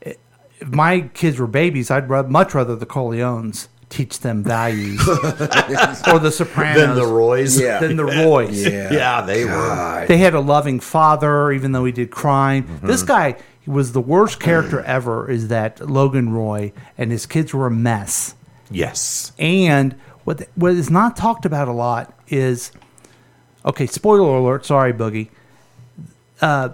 it, if my kids were babies, I'd ra- much rather the Corleones teach them [LAUGHS] values or the Sopranos Than the Roys? Yeah. than the Roys. Yeah. Yeah, they were. God. They had a loving father, even though he did crime. Mm-hmm. This guy was the worst character ever. Is that Logan Roy and his kids were a mess. Yes. And what th- what is not talked about a lot is okay. Spoiler alert. Sorry, Boogie. Uh,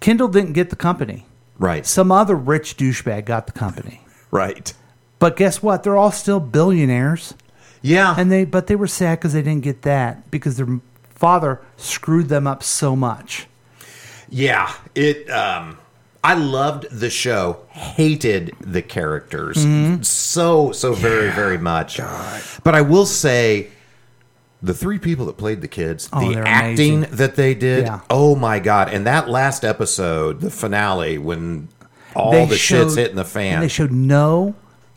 Kendall didn't get the company. Right. Some other rich douchebag got the company. Right. But guess what? They're all still billionaires. Yeah. And they but they were sad because they didn't get that because their father screwed them up so much. Yeah, it. Um, I loved the show, hated the characters Mhm. so so very very much. But I will say, the three people that played the kids, Oh, the they're acting amazing. that they did, Yeah. oh my god! And that last episode, the finale, when all They the shit's showed- hitting the And fan. they showed no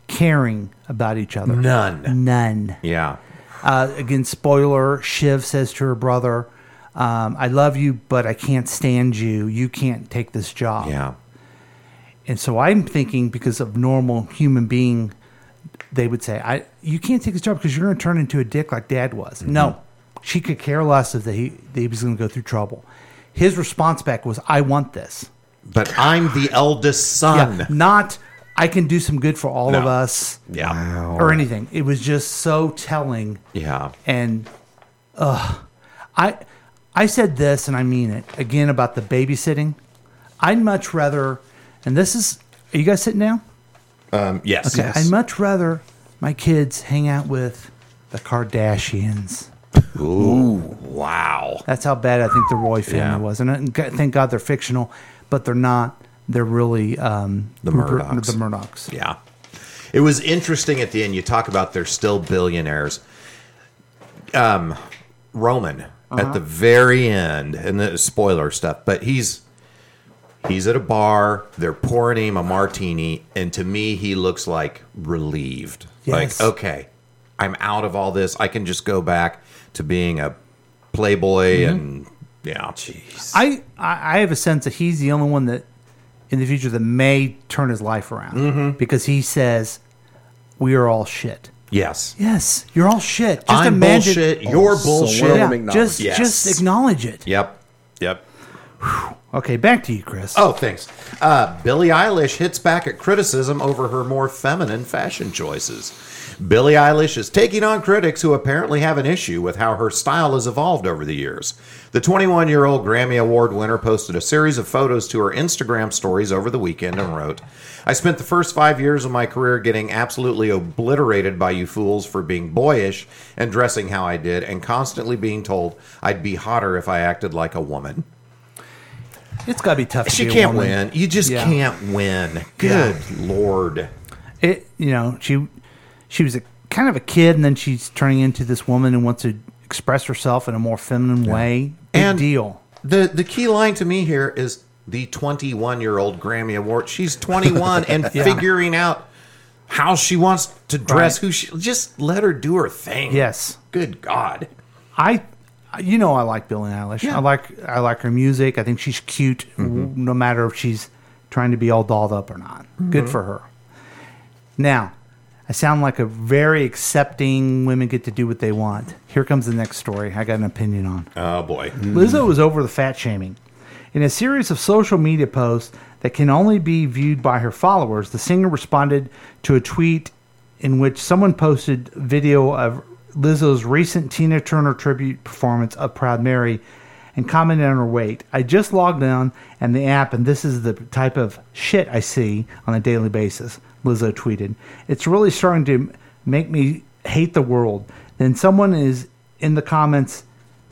caring about each other. None. None. yeah, Uh, again, spoiler Shiv says to her brother, um, I love you, but I can't stand you. You can't take this job. Yeah. And so I'm thinking because of normal human being, they would say, I you can't take this job because you're going to turn into a dick like dad was. Mm-hmm. No, she could care less if that he, that he was going to go through trouble. His response back was, I want this. but I'm the eldest son. Yeah, not, I can do some good for all of Oh, No. Oh, us Yeah. or anything. It was just so telling Yeah. and uh, I I said this and I mean it again about the babysitting. I'd much rather, and this is are you guys sitting down? Um, yes. Okay, yes. I'd much rather my kids hang out with the Kardashians. Ooh, wow. That's how bad I think the Roy family Yeah. was, and, I- and g- thank God they're fictional, but they're not. They're really um, The Rupert- Murdochs. The Murdochs. Yeah. It was interesting at the end. You talk about they're still billionaires. Um, Roman at the very end, and the spoiler stuff, but he's he's at a bar, they're pouring him a martini, and to me he looks like relieved. Yes. Like, okay, I'm out of all this. I can just go back to being a playboy Mhm. and yeah. Jeez. I, I I have a sense that he's the only one that in the future that may turn his life around because he says we are all shit. Yes. Yes, you're all shit. Just I'm imagine bullshit, you're Oh, so bullshit. one of them Yeah, just acknowledges. just Yes. acknowledge it. Yep. Yep. Okay, back to you, Chris. Oh, thanks. Uh, Billie Eilish hits back at criticism over her more feminine fashion choices. Billie Eilish is taking on critics who apparently have an issue with how her style has evolved over the years. The 21 year old Grammy Award winner posted a series of photos to her Instagram stories over the weekend and wrote, I spent the first five years of my career getting absolutely obliterated by you fools for being boyish and dressing how I did, and constantly being told I'd be hotter if I acted like a woman. It's got to be tough. to She be a can't woman. win. You just Yeah. can't win. Good lord. It you know she she was a kind of a kid and then she's turning into this woman who wants to express herself in a more feminine way. Big And- deal. The the key line to me here is the 21 year old Grammy Award. She's 21 and [LAUGHS] Yeah. figuring out how she wants to dress. Right. Who she just let her do her thing. Yes. Good God. I, you know, I like Billie Eilish. Yeah. I like I like her music. I think she's cute, Mhm. no matter if she's trying to be all dolled up or not. Good Mhm. for her. Now, I sound like a very accepting women get to do what they want. Here comes the next story. I got an opinion on. Oh boy. Mm-hmm. Lizzo was over the fat shaming. In a series of social media posts that can only be viewed by her followers, the singer responded to a tweet in which someone posted video of Lizzo's recent Tina Turner tribute performance of Proud Mary and commented on her weight. I just logged on and the app, and this is the type of shit I see on a daily basis, Lizzo tweeted. It's really starting to make me hate the world. Then someone is in the comments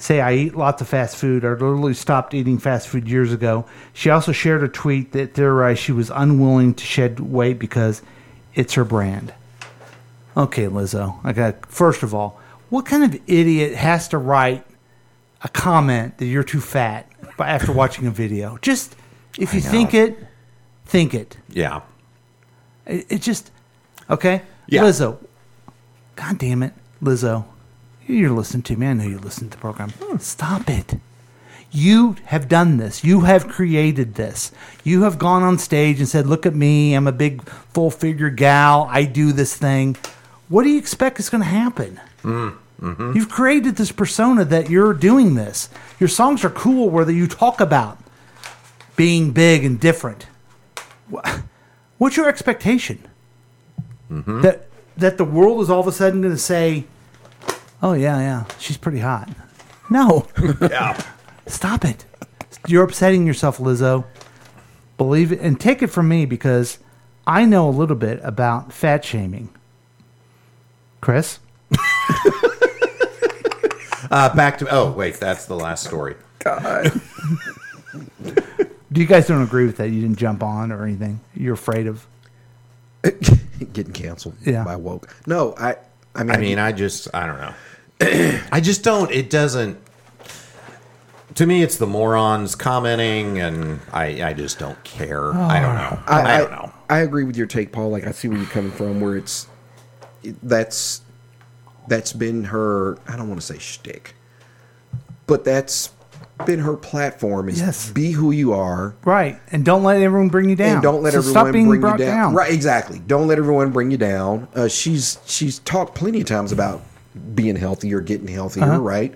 say I eat lots of fast food or literally stopped eating fast food years ago. She also shared a tweet that theorized she was unwilling to shed weight because it's her brand. Okay, Lizzo, I got first of all, what kind of idiot has to write a comment that you're too fat by- after watching a video? Just if you know. think it, think it. Yeah. It, it just okay. Yeah. Lizzo, God damn it, Lizzo, you're listening to me. I know you listen to the program. Hmm. Stop it. You have done this. You have created this. You have gone on stage and said, "Look at me. I'm a big full figure gal. I do this thing." What do you expect is going to happen? Mm-hmm. You've created this persona that you're doing this. Your songs are cool whether you talk about being big and different. Wha- What's your expectation? Mm-hmm. That that the world is all of a sudden going to say, "Oh yeah, yeah, she's pretty hot." No. [LAUGHS] yeah. Stop it. You're upsetting yourself, Lizzo. Believe it and take it from me because I know a little bit about fat shaming. Chris? Uh, back to oh wait, that's the last story. God. Do you guys don't agree with that? You didn't jump on or anything. You're afraid of. Getting canceled Yeah. by woke. No, I. I mean, I mean, I just I don't know. I just don't. It doesn't. To me, it's the morons commenting, and I I just don't care. I don't know. I, Oh. I, don't know. I agree with your take, Paul. Like I see where you're coming from. Where it's it, that's that's been her. I don't want to say shtick, but that's been her platform. Is Yes. be who you are. Right. And don't let everyone bring you down. And don't let So everyone stop being bring you down. brought down. Right, exactly. Don't let everyone bring you down. Uh, she's she's talked plenty of times about being healthy or getting healthier, Uh-huh. right?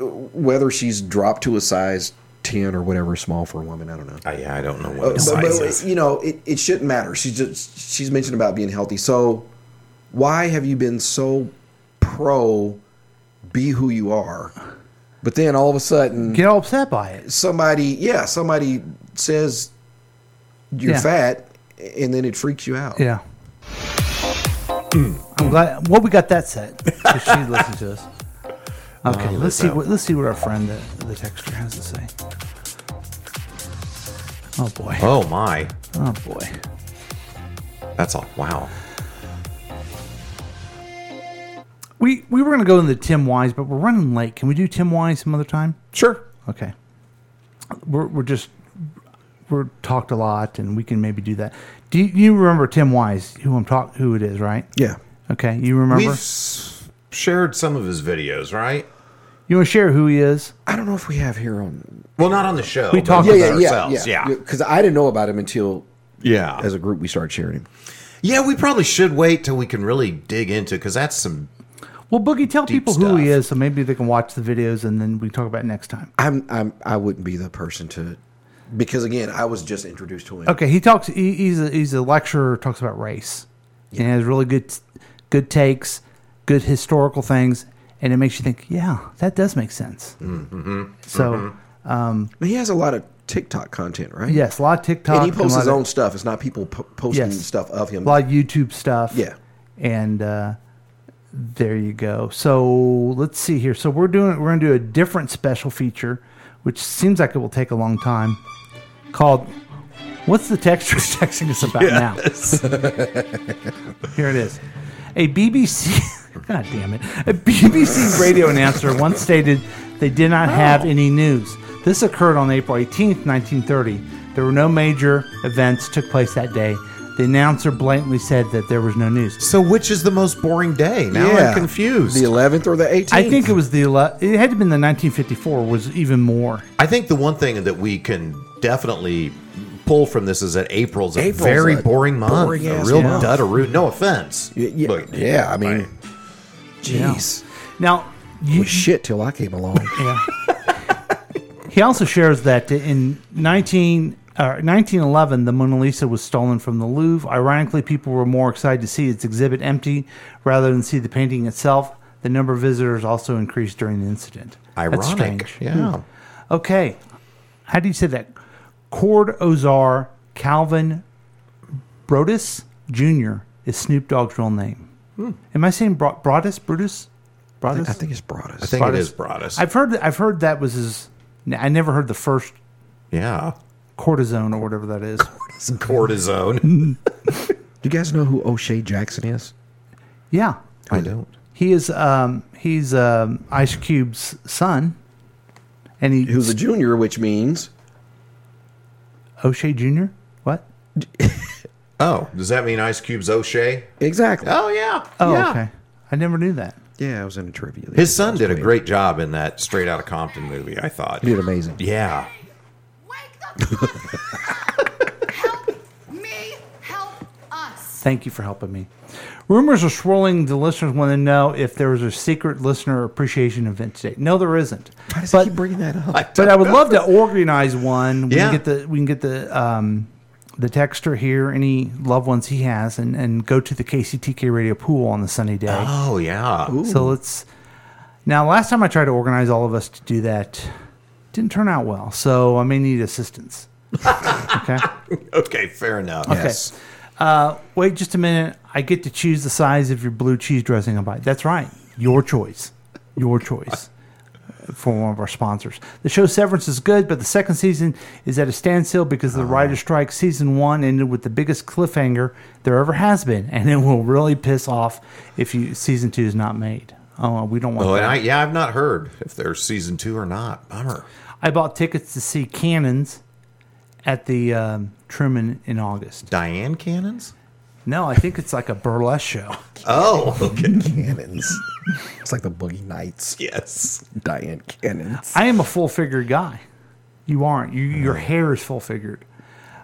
Uh, Whether she's dropped to a size ten or whatever, small for a woman, I don't know. yeah, I don't know Uh, what the but- size but, is. You know, it, it shouldn't matter. She's just she's mentioned about being healthy. So why have you been so pro be who you are? But then all of a sudden Get all upset by it. somebody yeah, somebody says you're Yeah. fat and then it freaks you out. Yeah. I'm glad. Well, we got that set. 'cause She listened to us. Okay, Oh, let's see Lizzo. what let's see what our friend uh, the, the texter has to say. Oh boy. Oh my, Oh boy. that's all. Wow. We we were going to go into Tim Wise, but we're running late. Can we do Tim Wise some other time? Sure. Okay. We're we're just we're talked a lot, and we can maybe do that. Do you, you remember Tim Wise? Who I'm talk? Who it is? Right? Yeah. Okay. You remember? We've s- shared some of his videos, right? you want to share who he is? I don't know if we have here on. Well, not on the show. We but talked with about it. ourselves. Yeah. yeah. Because I didn't know about him until yeah, as a group we started sharing him. we probably should wait till we can really dig into because that's some. Well, Boogie, tell people who he is, so maybe they can watch the videos, and then we can talk about it next time. I'm I'm I wouldn't be the person to, because again I was just introduced to him. Okay, he talks. He, he's a, he's a lecturer. Talks about race, and has really good good takes, good historical things, and it makes you think. Yeah, that does make sense. Mm-hmm. So, um, he has a lot of TikTok content, right? Yes, a lot of TikTok. And he posts a lot his of- own stuff. It's not people po- posting Yes. stuff of him. a lot of YouTube stuff. Yeah. and uh, there you go. So let's see here. So we're doing we're going to do a different special feature, which seems like it will take a long time. Called "What's the [LAUGHS] texture texting us about Yes. now?" [LAUGHS] Here it is. A BBC, [LAUGHS] God damn it, a BBC radio announcer once stated they did not have any news. This occurred on April 18th, 1930. There were no major events took place that day. The announcer blatantly said that there was no news. So which is the most boring day? Now I'm confused. The 11th or the 18th? I think it was the ele- it had to been the 1954 was even more. I think the one thing that we can definitely pull from this is that April's a April's very a boring month, boring a ass real month. dudaroo. No offense, yeah, but yeah, I mean, jeez. Now you was shit till I came [LAUGHS] along. yeah. He also shares that in 19, uh, 1911, the Mona Lisa was stolen from the Louvre. Ironically, people were more excited to see its exhibit empty rather than see the painting itself. The number of visitors also increased during the incident. That's Ironic, strange. yeah. Hmm. Okay. How do you say that? Cord Ozar Calvin Brodus Jr. is Snoop Dogg's real name. Am I saying Bro- Brodus? Brutus? Brodus? Hmm. I think it's Broadus. I think it is Broadus. I've heard I've heard that was his. I never heard the first yeah, cortisone or whatever that is. cortisone. Do you guys know who O'Shea Jackson is? Yeah, [LAUGHS] I don't. he is. Um, he's um, Ice Cube's son, and he Who's a junior, which means O'Shea Jr. What? Oh, does that mean Ice Cube's O'Shea? exactly. Oh yeah. Oh, yeah. okay. I never knew that. Yeah, I was in a trivia. the His son other day. did a great job in that Straight Outta Compton movie. I thought He did amazing. Yeah. Me help us. Thank you for helping me. Rumors are swirling. The listeners want to know if there was a secret listener appreciation event today. No, there isn't. Why does he But keep bringing that up? but I would love to organize one. We Yeah. can get the we can get the um, the texter here, any loved ones he has, and and go to the KCTK radio pool on the sunny day. Oh yeah. So let's. Now, last time I tried to organize all of us to do that, didn't turn out well. So I may need [LAUGHS] assistance. okay. Okay, fair enough. Okay. Uh, wait just a minute. I get to choose the size of your blue cheese dressing I buy. That's right. Your choice. Your choice. Uh, For one of our sponsors. The show Severance is good, but the second season is at a standstill because of the writer's strike. Season one ended with the biggest cliffhanger there ever has been, and it will really piss off if you season two is not made. Oh, we don't want Oh, that. and I yeah, I've not heard if there's season two or not. Bummer. I bought tickets to see Cannons at the um, Truman in August. Diane Cannons? No, I think it's like a burlesque show. Oh, [LAUGHS] okay. Cannons. It's like the Boogie Nights. yes. Diane Cannons. I am a full figured guy. You aren't. You, your Mm. hair is full figured.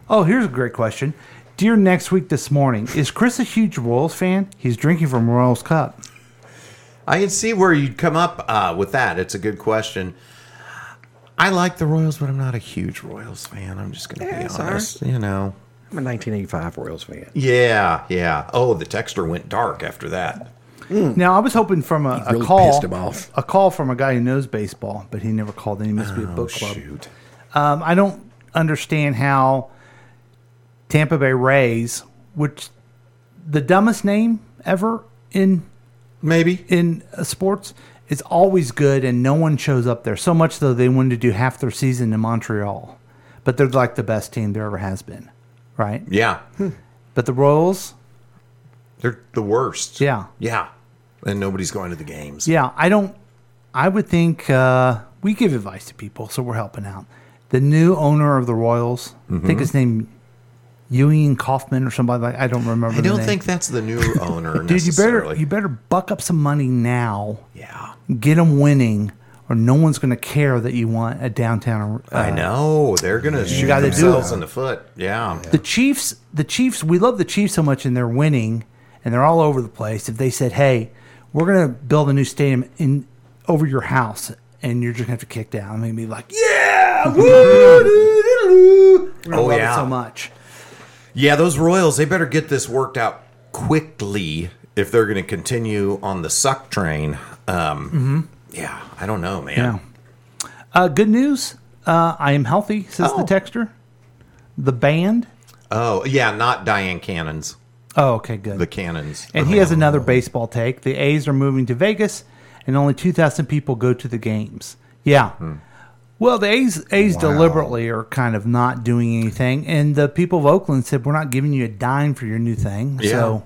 Oh, here's a great question. Dear next week this morning, is Chris a huge Royals fan? He's drinking from Royals Cup. I can see where you'd come up uh, with that. It's a good question. I like the Royals, but I'm not a huge Royals fan. I'm just going to Yeah, be it's honest. You know. I'm a 1985 Royals fan. Yeah, yeah. Oh, the texture went dark after that. Now I was hoping from a, Hmm. really a call pissed him off. a call from a guy who knows baseball, but he never called in. He must be a Oh, book club. shoot. Um, I don't understand how Tampa Bay Rays, which the dumbest name ever in maybe in uh, sports, is always good, and no one shows up there. So much so they wanted to do half their season in Montreal, but they're like the best team there ever has been, right? Yeah. But the Royals, They're the worst. yeah, Yeah. and nobody's going to the games. Yeah, I don't. I would think uh, we give advice to people, so we're helping out. The new owner of the Royals, I think Mhm. his name Ewing Kaufman or somebody like I don't remember. I the don't name. think that's the new [LAUGHS] owner. Dude, you better necessarily. you better buck up some money now. Yeah, get them winning, or no one's going to care that you want a downtown. uh, I know they're gonna you shoot gotta do themselves it. in the foot. Yeah. The Chiefs, the Chiefs, we love the Chiefs so much, and they're winning, and they're all over the place. If they said, "Hey, we're going to build a new stadium in over your house," and you're just going to have to kick down, and be like, "Yeah, woo, doo-doo-doo-doo." We're gonna Oh, love it yeah. so much." Yeah, those Royals, they better get this worked out quickly if they're going to continue on the suck train. Um, Yeah, I don't know, man. Mm-hmm. Yeah. Uh, good news, uh, I am healthy, says the texter. The band. Oh, yeah, not Diane Cannons. Oh, okay, good. The Cannons. And he has another baseball take. The A's are moving to Vegas, and only 2,000 people go to the games. Yeah. Well, the A's, A's deliberately are kind of not doing anything, and the people of Oakland said, "We're not giving you a dime for your new thing." So,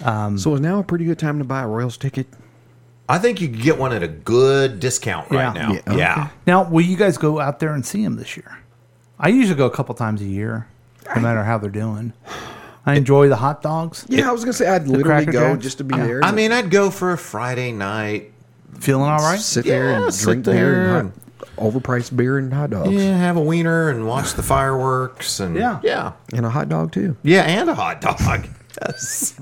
Mm. um, so is now a pretty good time to buy a Royals ticket? I think you could get one at a good discount right now. Yeah. Now, will you guys go out there and see them this year? I usually go a couple times a year, no matter how they're doing. I enjoy the hot dogs. Yeah, I was gonna say I'd The literally Cracker go Jacks. just to be Yeah. there. I mean, I'd go for a Friday night. Feeling all right? sit there and drink beer and hot, overpriced beer and hot dogs. Yeah, have a wiener and watch the fireworks and Yeah. yeah, and a hot dog too. yeah, and a [LAUGHS] hot dog. Yes,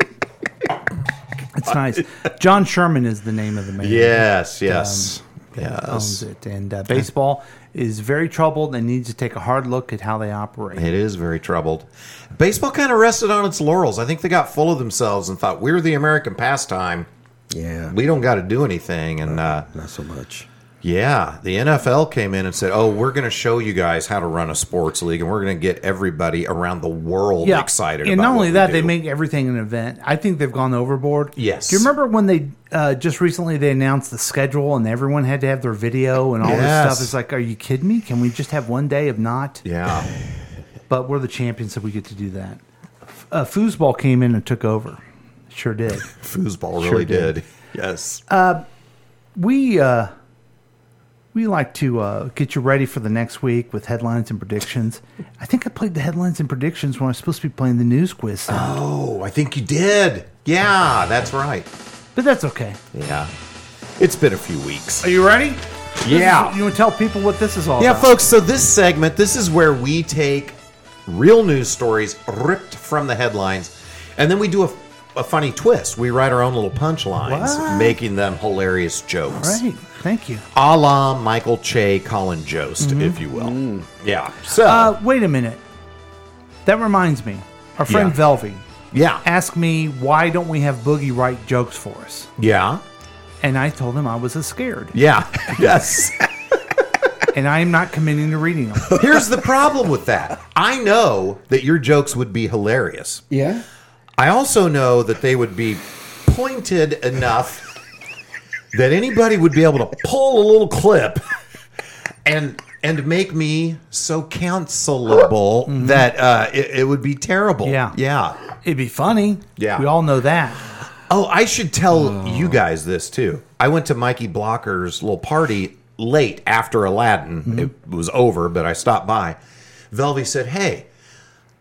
It's nice. John Sherman is the name of the man. Yes, that, yes, yes. Owns it, and uh, baseball is very troubled and needs to take a hard look at how they operate. It is very troubled. Baseball kind of rested on its laurels. I think they got full of themselves and thought we're the American pastime. Yeah, we don't got to do anything, and uh, not so much. Yeah, the NFL came in and said, "Oh, we're going to show you guys how to run a sports league, and we're going to get everybody around the world excited." and about not what only we that, do." they make everything an event. I think they've gone overboard. Yes. Do you remember when they uh, just recently they announced the schedule and everyone had to have their video and all Yes. this stuff? It's like, are you kidding me? Can we just have one day of not? [LAUGHS] Yeah. But we're the champions, so we get to do that. F- Uh, foosball came in and took over. Sure did. foosball Sure really did. did. Yes, Uh, we uh, we like to uh, get you ready for the next week with headlines and predictions. I think I played the headlines and predictions when I was supposed to be playing the news quiz. Oh, I think you did. Yeah, that's right. But that's okay. Yeah, it's been a few weeks. Are you ready? Yeah. This is- you want to tell people what this is all yeah, about? folks. So this segment, this is where we take real news stories ripped from the headlines, and then we do a, a funny twist. We write our own little punchlines, What? making them hilarious All jokes, right. Thank you. a la Michael Che, Colin Jost, if you will. Yeah. Mm-hmm. So, Mm. uh, wait a minute. That reminds me. Our friend Yeah. Velvy. Yeah. Asked me why don't we have Boogie write jokes for us, Yeah. and I told him I was a scared, Yeah. [LAUGHS] Yes. and I am not committing to reading them. Here's the problem with that. I know that your jokes would be hilarious. Yeah. I also know that they would be pointed enough that anybody would be able to pull a little clip and and make me so cancelable that uh, it, it would be terrible. Yeah. Yeah. It'd be funny. Yeah. We all know that. Oh, I should tell you Oh. guys this too. I went to Mikey Blocker's little party late after Aladdin. Mm-hmm. It was over, but I stopped by. Velvy said, Hey,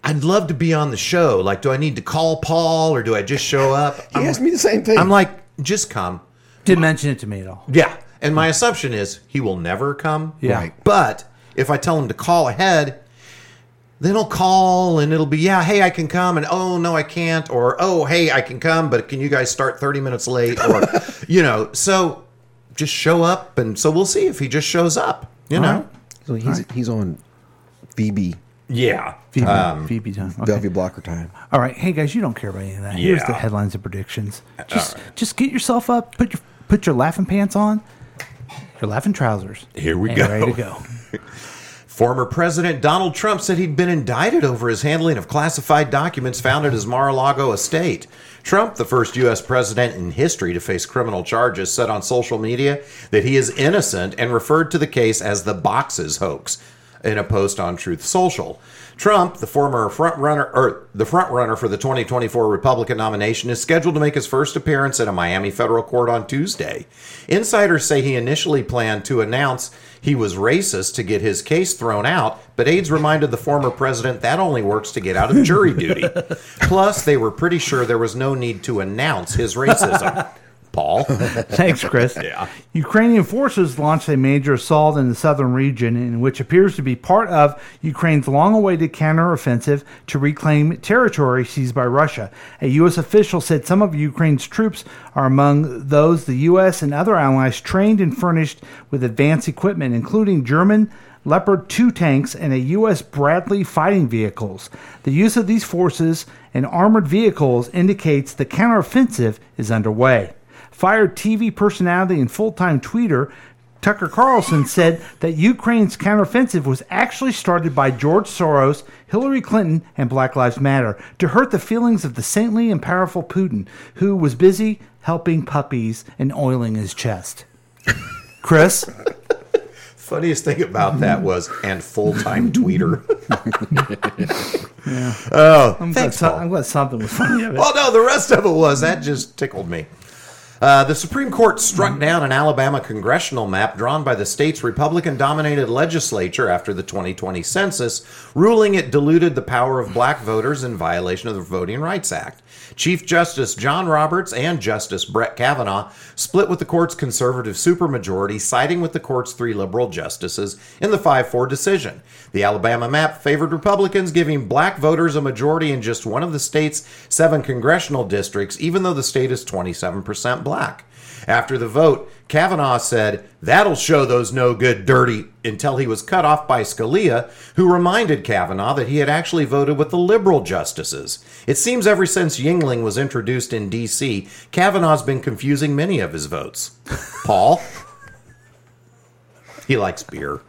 I'd love to be on the show. Like, do I need to call Paul or do I just show up? He asked me the same thing. I'm like, just come. Didn't mention it to me at all. Yeah. And my assumption is he will never come. Yeah. Right. But if I tell him to call ahead, then he'll call and it'll be, yeah, hey, I can come. And oh, no, I can't. Or oh, hey, I can come, but can you guys start 30 minutes late? Or, [LAUGHS] you know, so just show up. And so we'll see if he just shows up, you All know? right. So he's he's on VB. Yeah. VB, Um, VB time. Okay. Velvy blocker time. All right, hey guys, you don't care about any of that. Here's Yeah. the headlines and predictions. Just, just get yourself up. Put your put your laughing pants on. Your laughing trousers. Here we and go. Ready to go. [LAUGHS] Former President Donald Trump said he'd been indicted over his handling of classified documents found at his Mar a Lago estate. Trump, the first U.S. president in history to face criminal charges, said on social media that he is innocent and referred to the case as the boxes hoax. in a post on Truth Social. Trump, the former front runner or the front runner for the 2024 Republican nomination, is scheduled to make his first appearance at a Miami federal court on Tuesday. Insiders say he initially planned to announce he was racist to get his case thrown out, but aides reminded the former president that only works to get out of jury duty. Plus, they were pretty sure there was no need to announce his racism. [LAUGHS] Paul. Thanks, Chris. yeah. Ukrainian forces launched a major assault in the southern region, in which appears to be part of Ukraine's long awaited counteroffensive to reclaim territory seized by Russia. A U.S. official said some of Ukraine's troops are among those the U.S. and other allies trained and furnished with advanced equipment, including German. Leopard 2 tanks and a U.S. Bradley fighting vehicles. The use of these forces and armored vehicles indicates the counteroffensive is underway fired TV personality and full time tweeter Tucker Carlson said that Ukraine's counteroffensive was actually started by George Soros, Hillary Clinton, and Black Lives Matter to hurt the feelings of the saintly and powerful Putin, who was busy helping puppies and oiling his chest. Chris? Funniest thing about that was and full time tweeter. Oh, [LAUGHS] I'm, glad Oh, thanks, so- Paul. I'm glad something was [LAUGHS] funny of it. Well, no, the rest of it was. That just tickled me. Uh, the Supreme Court struck down an Alabama congressional map drawn by the state's Republican dominated legislature after the 2020 census, ruling it diluted the power of black voters in violation of the Voting Rights Act. Chief Justice John Roberts and Justice Brett Kavanaugh split with the court's conservative supermajority, siding with the court's three liberal justices in the 5 4 decision. The Alabama map favored Republicans, giving black voters a majority in just one of the state's seven congressional districts, even though the state is 27% black. After the vote, Kavanaugh said, That'll show those no good dirty, until he was cut off by Scalia, who reminded Kavanaugh that he had actually voted with the liberal justices. It seems ever since Yingling was introduced in D.C., Kavanaugh's been confusing many of his votes. Paul? [LAUGHS] he likes beer.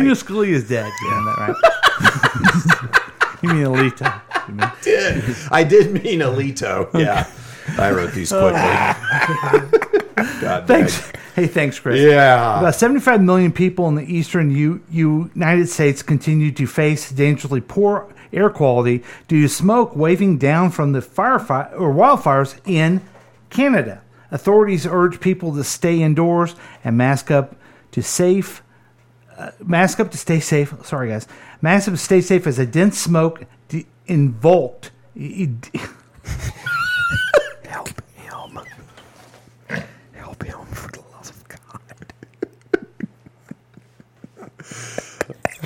Your [LAUGHS] school is dead. You know that, right? [LAUGHS] you mean Alita? You mean- did. I did mean Alito. Yeah. I wrote [LAUGHS] these quickly. God, Thanks. Hey, thanks, Chris. Yeah. About 75 million people in the eastern U- United States continue to face dangerously poor air quality due to smoke waving down from the firefi- or wildfires in Canada. Authorities urge people to stay indoors and mask up to safe uh, mask up to stay safe. Sorry, guys. Mask up to stay safe as a dense smoke de- invoked. E- e-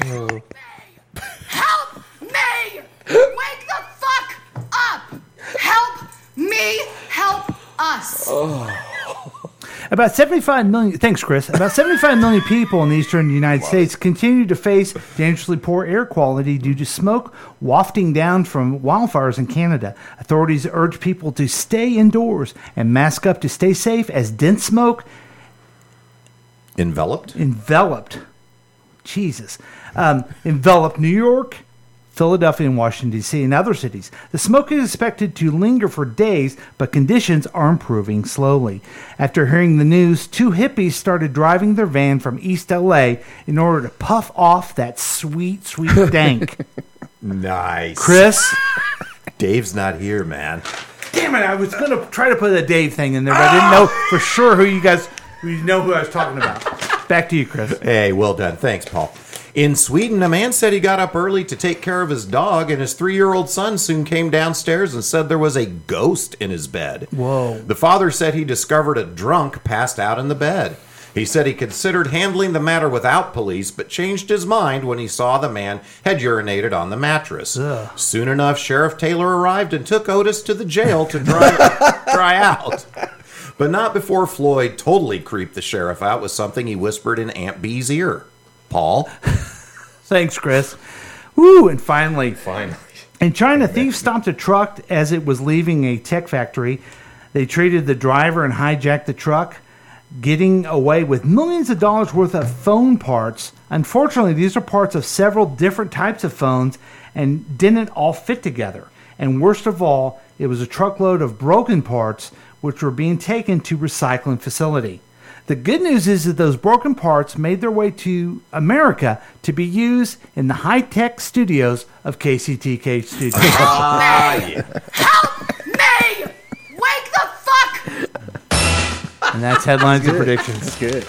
Oh. Help me! Wake the fuck up! Help me! Help us! About 75 million, thanks, Chris. About 75 million people in the eastern United States continue to face dangerously poor air quality due to smoke wafting down from wildfires in Canada. Authorities urge people to stay indoors and mask up to stay safe as dense smoke Enveloped? enveloped, Jesus, um, enveloped New York, Philadelphia, and Washington, D.C., and other cities. The smoke is expected to linger for days, but conditions are improving slowly. After hearing the news, two hippies started driving their van from East L.A. in order to puff off that sweet, sweet dank. Nice. Chris? Dave's not here, man. Damn it, I was going to try to put a Dave thing in there, but I didn't know for sure who you guys, you know who I was talking about. Back to you, Chris. Hey, well done. Thanks, Paul. In Sweden, a man said he got up early to take care of his dog, and his three year old son soon came downstairs and said there was a ghost in his bed. Whoa. The father said he discovered a drunk passed out in the bed. He said he considered handling the matter without police, but changed his mind when he saw the man had urinated on the mattress. Soon enough, Sheriff Taylor arrived and took Otis to the jail to dry, dry out. But not before Floyd totally creeped the sheriff out with something he whispered in Aunt B's ear. [LAUGHS] Paul? Thanks, Chris. Woo, and finally. Finally. In China, thieves stopped a truck as it was leaving a tech factory. They treated the driver and hijacked the truck, getting away with millions of dollars worth of phone parts. Unfortunately, these are parts of several different types of phones and didn't all fit together. And worst of all, it was a truckload of broken parts which were being taken to recycling facility. The good news is that those broken parts made their way to America to be used in the high tech studios of KCTK Studios. Me! Wake the [LAUGHS] fuck! And that's headlines and predictions. That's good.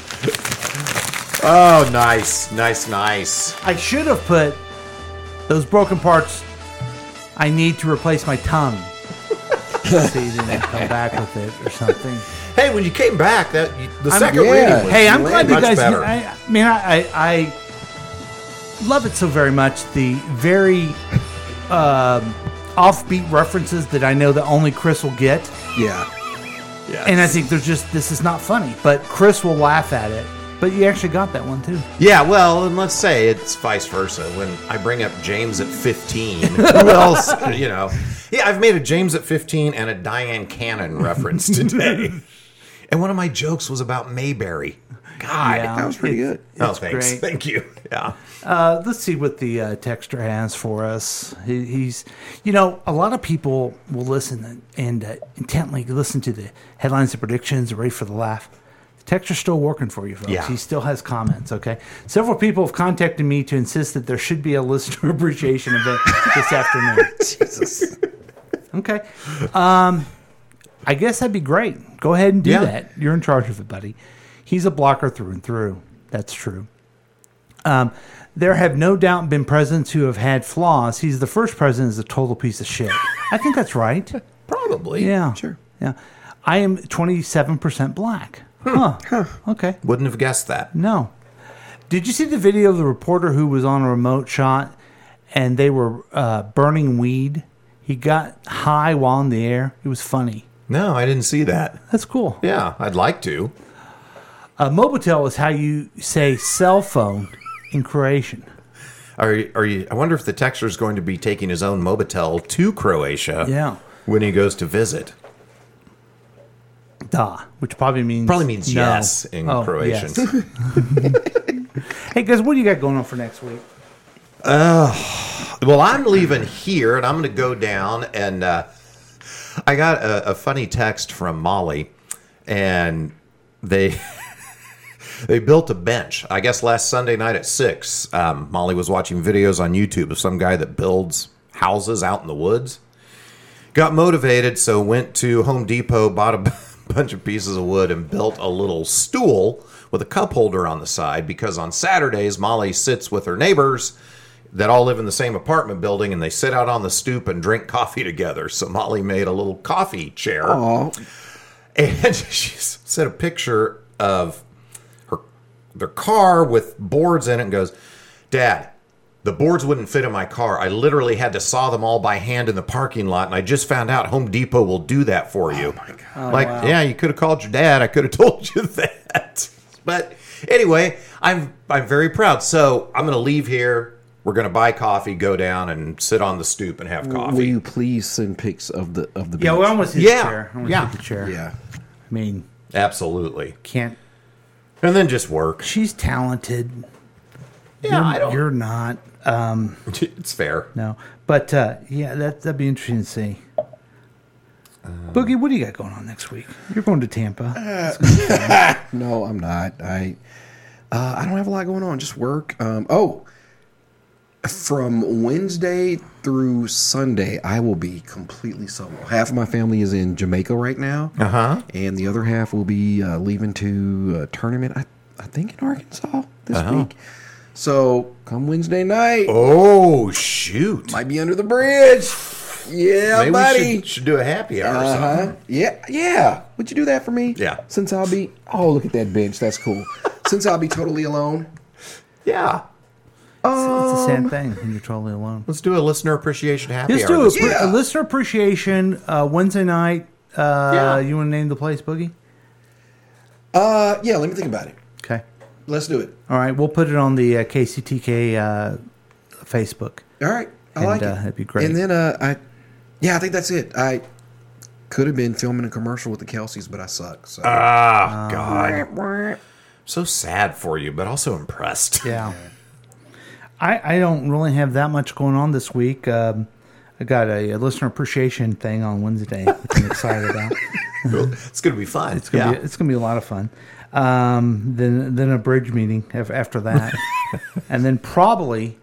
Oh, nice, nice, nice. I should have put those broken parts. I need to replace my [LAUGHS] tongue. See, then they come back with it or something. Hey, when you came back, that you, the I'm- second yeah. reading was Hey, I'm glad you much guys. better. I, I mean, I, I I love it so very much. The very um, offbeat references that I know that only Chris will get. Yeah. And I think there's just this is not funny, but Chris will laugh at it. But you actually got that one too. Yeah, well, and let's say it's vice versa. When I bring up James at 15, [LAUGHS] who else, you know? Yeah, I've made a James at 15 and a Diane [LAUGHS] Cannon reference today. and one of my jokes was about Mayberry. God, Yeah, That was pretty Um, it's- good. Oh, it's thanks. great. Thank you. Yeah. Uh, let's see what the uh, texter has for us. He, he's, you know, a lot of people will listen and, and uh, intently listen to the headlines and predictions, ready for the laugh. The texter's still working for you, folks. Yeah. He still has comments. Okay. Several people have contacted me to insist that there should be a listener [LAUGHS] appreciation event this afternoon. Jesus. Okay. Um, I guess that'd be great. Go ahead and do Yeah. that. You're in charge of it, buddy. He's a blocker through and through. That's true. Um, there have no doubt been presidents who have had flaws. He's the first president is a total piece of shit. I think that's [LAUGHS] right. Probably. Yeah. Sure. Yeah. I am 27% black. Hmm. Huh. Okay. Wouldn't have guessed that. No. Did you see the video of the reporter who was on a remote shot and they were uh, burning weed? He got high while in the air. It was funny. No, I didn't see that. That's cool. Yeah, I'd like to. Uh, Mobitel is how you say cell phone in Croatian. Are, you- are you? I wonder if the texter is going to be taking his own Mobitel to Croatia. Yeah. When he goes to visit. Da, which probably means Probably means no. yes in Oh, Croatian. yes. [LAUGHS] hey guys, what do you got going on for next week? Uh, well, I'm leaving here, and I'm going to go down. And uh, I got a, a funny text from Molly, and they [LAUGHS] they built a bench. I guess last Sunday night at six, um, Molly was watching videos on YouTube of some guy that builds houses out in the woods. Got motivated, so went to Home Depot, bought a [LAUGHS] b- bunch of pieces of wood, and built a little stool with a cup holder on the side because on Saturdays, Molly sits with her neighbors that all live in the same apartment building and they sit out on the stoop and drink coffee together. So Molly made a little coffee chair. And [LAUGHS] she s- sent a picture of her their car with boards in it and goes, Dad, the boards wouldn't fit in my car. I literally had to saw them all by hand in the parking lot, and I just found out Home Depot will do that for you. Oh, like, wow. yeah, you could have called your dad. I could have [LAUGHS] told you that. But anyway, I'm I'm very proud. So I'm gonna leave here. We're gonna buy coffee, go down, and sit on the stoop and have coffee. Will you please send pics of the of the Yeah, bench? well, I almost hit Yeah. the chair. I almost Yeah. hit the chair. Yeah. I mean, Absolutely. can't. And then just work. [LAUGHS] She's talented. Yeah, you're, I don't- you're not. Um, It's fair. no, but uh, yeah, that that'd be interesting to see. Boogie, what do you got going on next week? You're going to Tampa. no, I'm not. I uh, I don't have a lot going on. Just work. Um, oh, from Wednesday through Sunday, I will be completely solo. Half of my family is in Jamaica right now, Uh-huh. and the other half will be uh, leaving to a tournament. I I think in Arkansas this Uh-huh. week. So come Wednesday night, Oh shoot! might be under the bridge. Yeah, Maybe buddy. we should, should do a happy hour or Uh-huh. something. Yeah, yeah. Would you do that for me? Yeah. Since I'll be oh look at that bench, that's cool. Since I'll be totally alone. Yeah. It's the same thing when you're totally alone. [LAUGHS] Let's do a listener appreciation happy Let's hour. do a, this pre- week. a listener appreciation uh, Wednesday night. Uh, Yeah. You want to name the place, Boogie? Uh yeah, let me think about it. Okay. Let's do it. All right, we'll put it on the uh, KCTK uh, Facebook. All right. I And, like uh, it. that'd be great. And then uh I yeah, I think that's it. I could have been filming a commercial with the Kelseys, but I suck. So Ah, God. So sad for you, but also impressed. Yeah. I, I don't really have that much going on this week. Um, I got a, a listener appreciation thing on Wednesday, which I'm excited about. [LAUGHS] it's going to be fun. It's gonna yeah. be it's gonna be a lot of fun. um, then then a bridge meeting af- after [LAUGHS] that, and then probably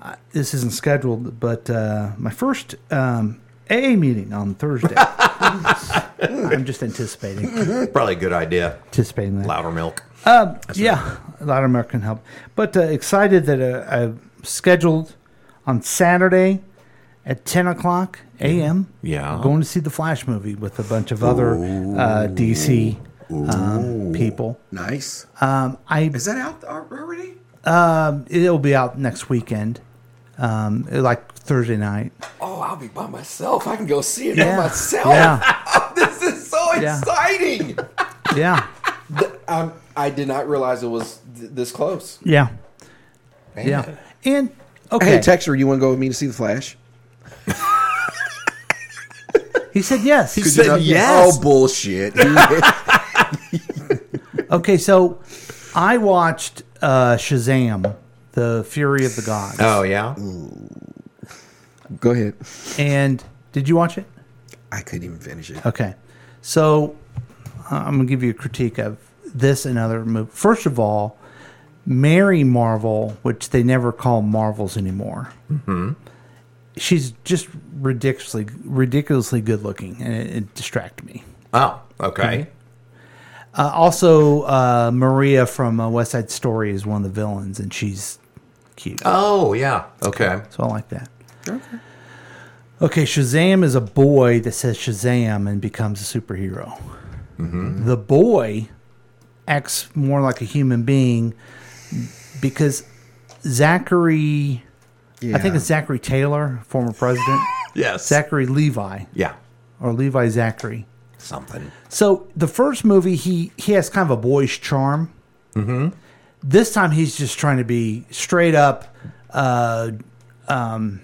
uh, this isn't scheduled, but uh, my first um, AA meeting on [LAUGHS] Thursday. I'm just anticipating. Probably a good idea. Anticipating that. Louder milk. Um, yeah, a lot of American help. But uh, excited that uh, I scheduled on Saturday at 10 o'clock a.m. Yeah. Going to see the Flash movie with a bunch of other uh, DC um, people. Nice. Um, I Is that out uh, already? Um, it'll be out next weekend, um, like Thursday night. Oh, I'll be by myself. I can go see it Yeah. by myself. [LAUGHS] Yeah. this is so Yeah. [LAUGHS] exciting. Yeah, I'm, I did not realize it was th- this close. yeah, Man. yeah. And okay, Hey, Texter, you want to go with me to see the Flash? he said yes. Could you not- [LAUGHS] Oh bullshit. That's okay, so I watched uh, Shazam: The Fury of the Gods. Oh yeah. Go ahead. And did you watch it? I couldn't even finish it. Okay. So uh, I'm going to give you a critique of this and other movies. First of all, Mary Marvel, which they never call Marvels anymore. Hmm. She's just ridiculously ridiculously good looking and it, it distracted me. Oh. Okay. Mm-hmm. Uh, also, uh, Maria from uh, West Side Story is one of the villains, and she's cute. Oh yeah. Okay. So I like that. Okay, Shazam is a boy that says Shazam and becomes a superhero. The boy acts more like a human being because Zachary, I think Yeah. it's Zachary Taylor, former president. Yes. Zachary Levi. Yeah. Or Levi Zachary. Something. So the first movie, he he has kind of a boyish charm. Mm-hmm. This time, he's just trying to be straight up, uh, um,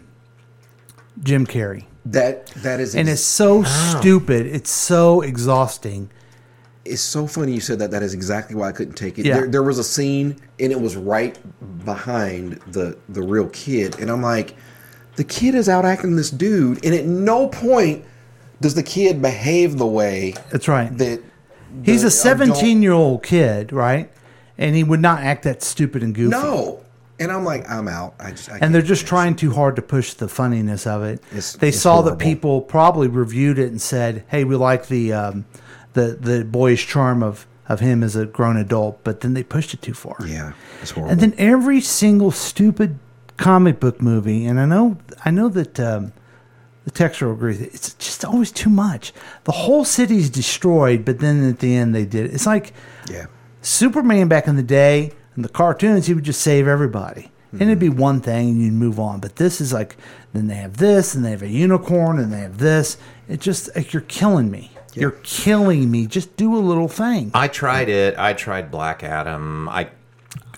Jim Carrey, That that is and it's so stupid. It's so exhausting. It's so funny you said that. That is exactly why I couldn't take it. Yeah. There, there was a scene, and it was right behind the the real kid, and I'm like, the kid is out acting this dude, and at no point does the kid behave the way. That's right. uh, That He's the a adult- seventeen-year-old kid, right? And he would not act that stupid and goofy. No, and I'm like, I'm out. I just I and they're just trying too hard to push the funniness of it. It's- they it's saw horrible. that people probably reviewed it and said, "Hey, we like the um, the the boyish charm of of him as a grown adult," but then they pushed it too far. Yeah, it's horrible. And then every single stupid comic book movie, and I know I know that um, the texture will agree. that It's just always too much. The whole city's destroyed, but then at the end they did it. It's like yeah. Superman back in the day in the cartoons, he would just save everybody. And it'd be Mm-hmm. one thing and you'd move on. But this is like, then they have this and they have a unicorn and they have this. It just, like, you're killing me. You're killing me. Just do a little thing. I tried it. I tried Black Adam. I.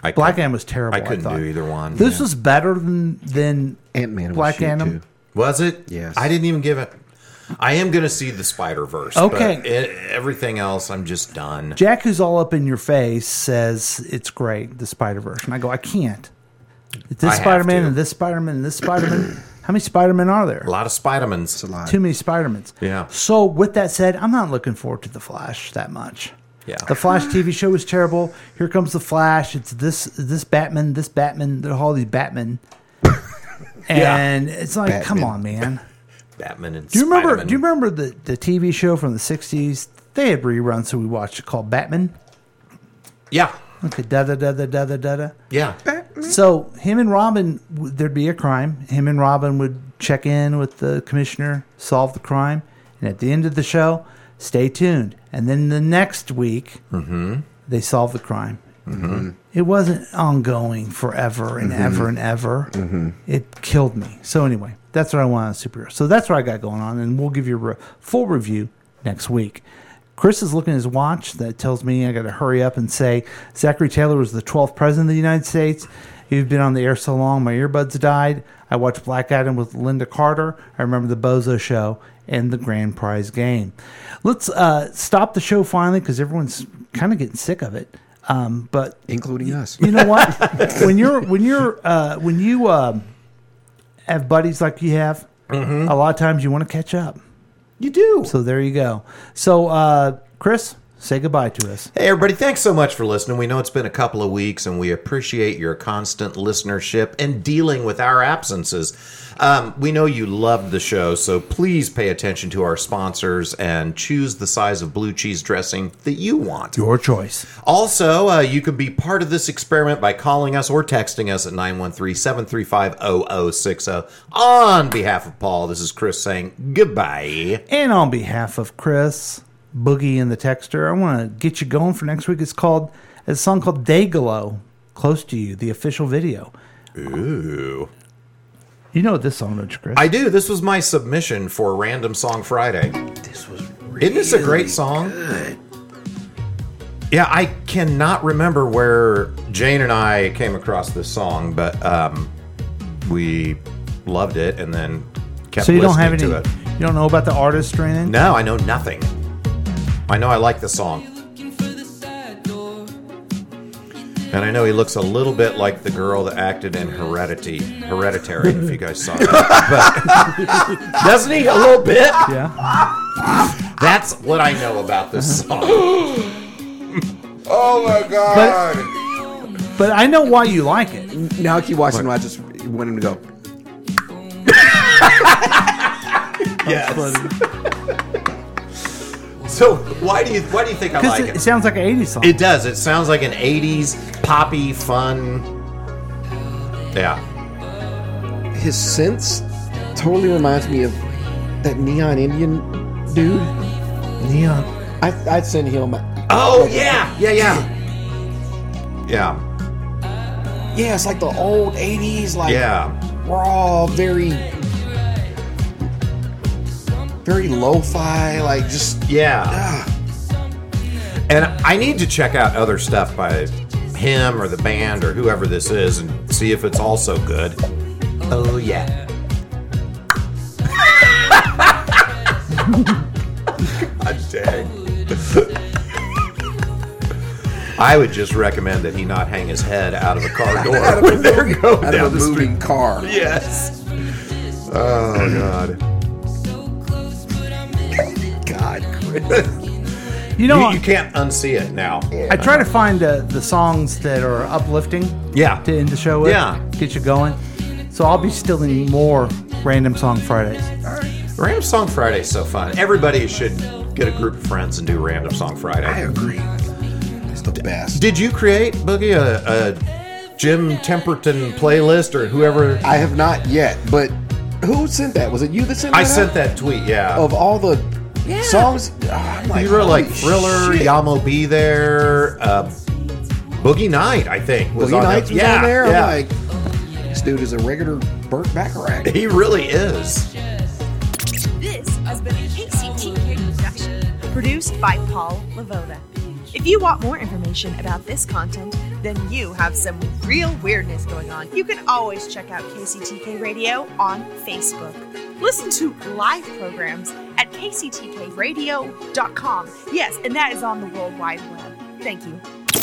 I Black cou- Adam was terrible. I couldn't thought. do either one. This was better than, than Ant Man Black Adam. Was it? Yes. I didn't even give it. I am going to see the Spider Verse. Okay. But it, everything else, I'm just done. Jack, who's all up in your face, says it's great, the Spider Verse. And I go, I can't. I This have Spider Man to. and this Spider Man and this Spider Man. [CLEARS THROAT] How many Spider Men are there? A lot of Spidermans. a lot. Too many Spider-Mans. Yeah. So with that said, I'm not looking forward to the Flash that much. Yeah. The Flash TV show was terrible. Here comes the Flash. It's this this Batman, this Batman, they're all these Batman. [LAUGHS] Yeah. And it's like, come Batman. on, [LAUGHS] man. Batman and Do you remember Spider-Man. do you remember the, the TV show from the sixties? They had reruns so we watched it called Batman. Yeah. Okay, da da da da da da da da. Yeah. So him and Robin, w- there'd be a crime. Him and Robin would check in with the commissioner, solve the crime, and at the end of the show, stay tuned. And then the next week, Mm-hmm. they solve the crime. Mm-hmm. It wasn't ongoing forever and Mhm. ever and ever. Mhm. It killed me. So anyway, that's what I want on superhero. So that's what I got going on, and we'll give you a re- full review next week. Chris is looking at his watch. That tells me I got to hurry up and say Zachary Taylor was the 12th president of the United States. You've been on the air so long, my earbuds died. I watched Black Adam with Linda Carter. I remember the Bozo Show and the Grand Prize Game. Let's uh, stop the show finally because everyone's kind of getting sick of it. Um, but including us. You know what? when you're when you're uh, when you um, have buddies like you have, a lot of times you want to catch up. Mm-hmm. You do. So there you go. So uh, Chris, Say goodbye to us. Hey, everybody, thanks so much for listening. We know it's been a couple of weeks, and we appreciate your constant listenership and dealing with our absences. Um, we know you loved the show, so please pay attention to our sponsors and choose the size of blue cheese dressing that you want. Your choice. Also, uh, you can be part of this experiment by calling us or texting us at 913 735 0060. On behalf of Paul, this is Chris saying goodbye. And on behalf of Chris, Boogie, and the Texter, I want to get you going for next week. It's called it's a song called Dayglow, Close to You, the official video. Ooh. You know this song, don't you, Chris? I do. This was my submission for Random Song Friday. This was Isn't this a great song? Yeah, I cannot remember where Jane and I came across this song, but um, we loved it and then kept so you don't listening have any. to it. You don't know about the artist or anything. No, I know nothing. I know I like the song. And I know he looks a little bit like the girl that acted in Heredity, Hereditary, if you guys saw that. But doesn't he a little bit? Yeah. That's what I know about this song. Oh my god! But I know why you like it. Now I keep watching. I just want him to go. [LAUGHS] yes. so why do you why do you think I Because like it, it? sounds like an 80s song. It does. It sounds like an 80s poppy fun. Yeah. His sense totally reminds me of that neon Indian dude. Neon. I I'd send him. Oh yeah, yeah, yeah. Yeah. Yeah, it's like the old '80s. Like Yeah. we're all very, very lo-fi. Like just ah, Yeah. And I need to check out other stuff by him or the band or whoever this is and see if it's also good. Oh yeah. [LAUGHS] God dang. I would just recommend that he not hang his head out of a [LAUGHS] car door Out of a when they're moving- going out down of a the street. moving car. Yes. Oh god. God, Chris. You know what? you, can't unsee it now. I try to find uh, the songs that are uplifting. Yeah. To end the show with. Yeah. Get you going. So I'll be stealing more random song Fridays. Random Song Friday's so fun. Everybody should get a group of friends and do Random Song Friday. I agree. It's the best. Did you create Boogie a, a Jim Temperton playlist or whoever? I have not yet, but who sent that? Was it you that sent? I that sent out? that tweet. Yeah. Of all the songs, oh, I'm like, you wrote like holy Thriller, shit. Yamo Be There, uh, Boogie Night. I think was Boogie on Nights that. was yeah, on there. Yeah. I'm like, this dude is a regular Burt Bacharach. he really is. This has been a KCTK production, produced by Paul Lavoda. If you want more information about this content, then you have some real weirdness going on. You can always check out KCTK Radio on Facebook. Listen to live programs at kctkradio.com. Yes, and that is on the World Wide Web. Thank you.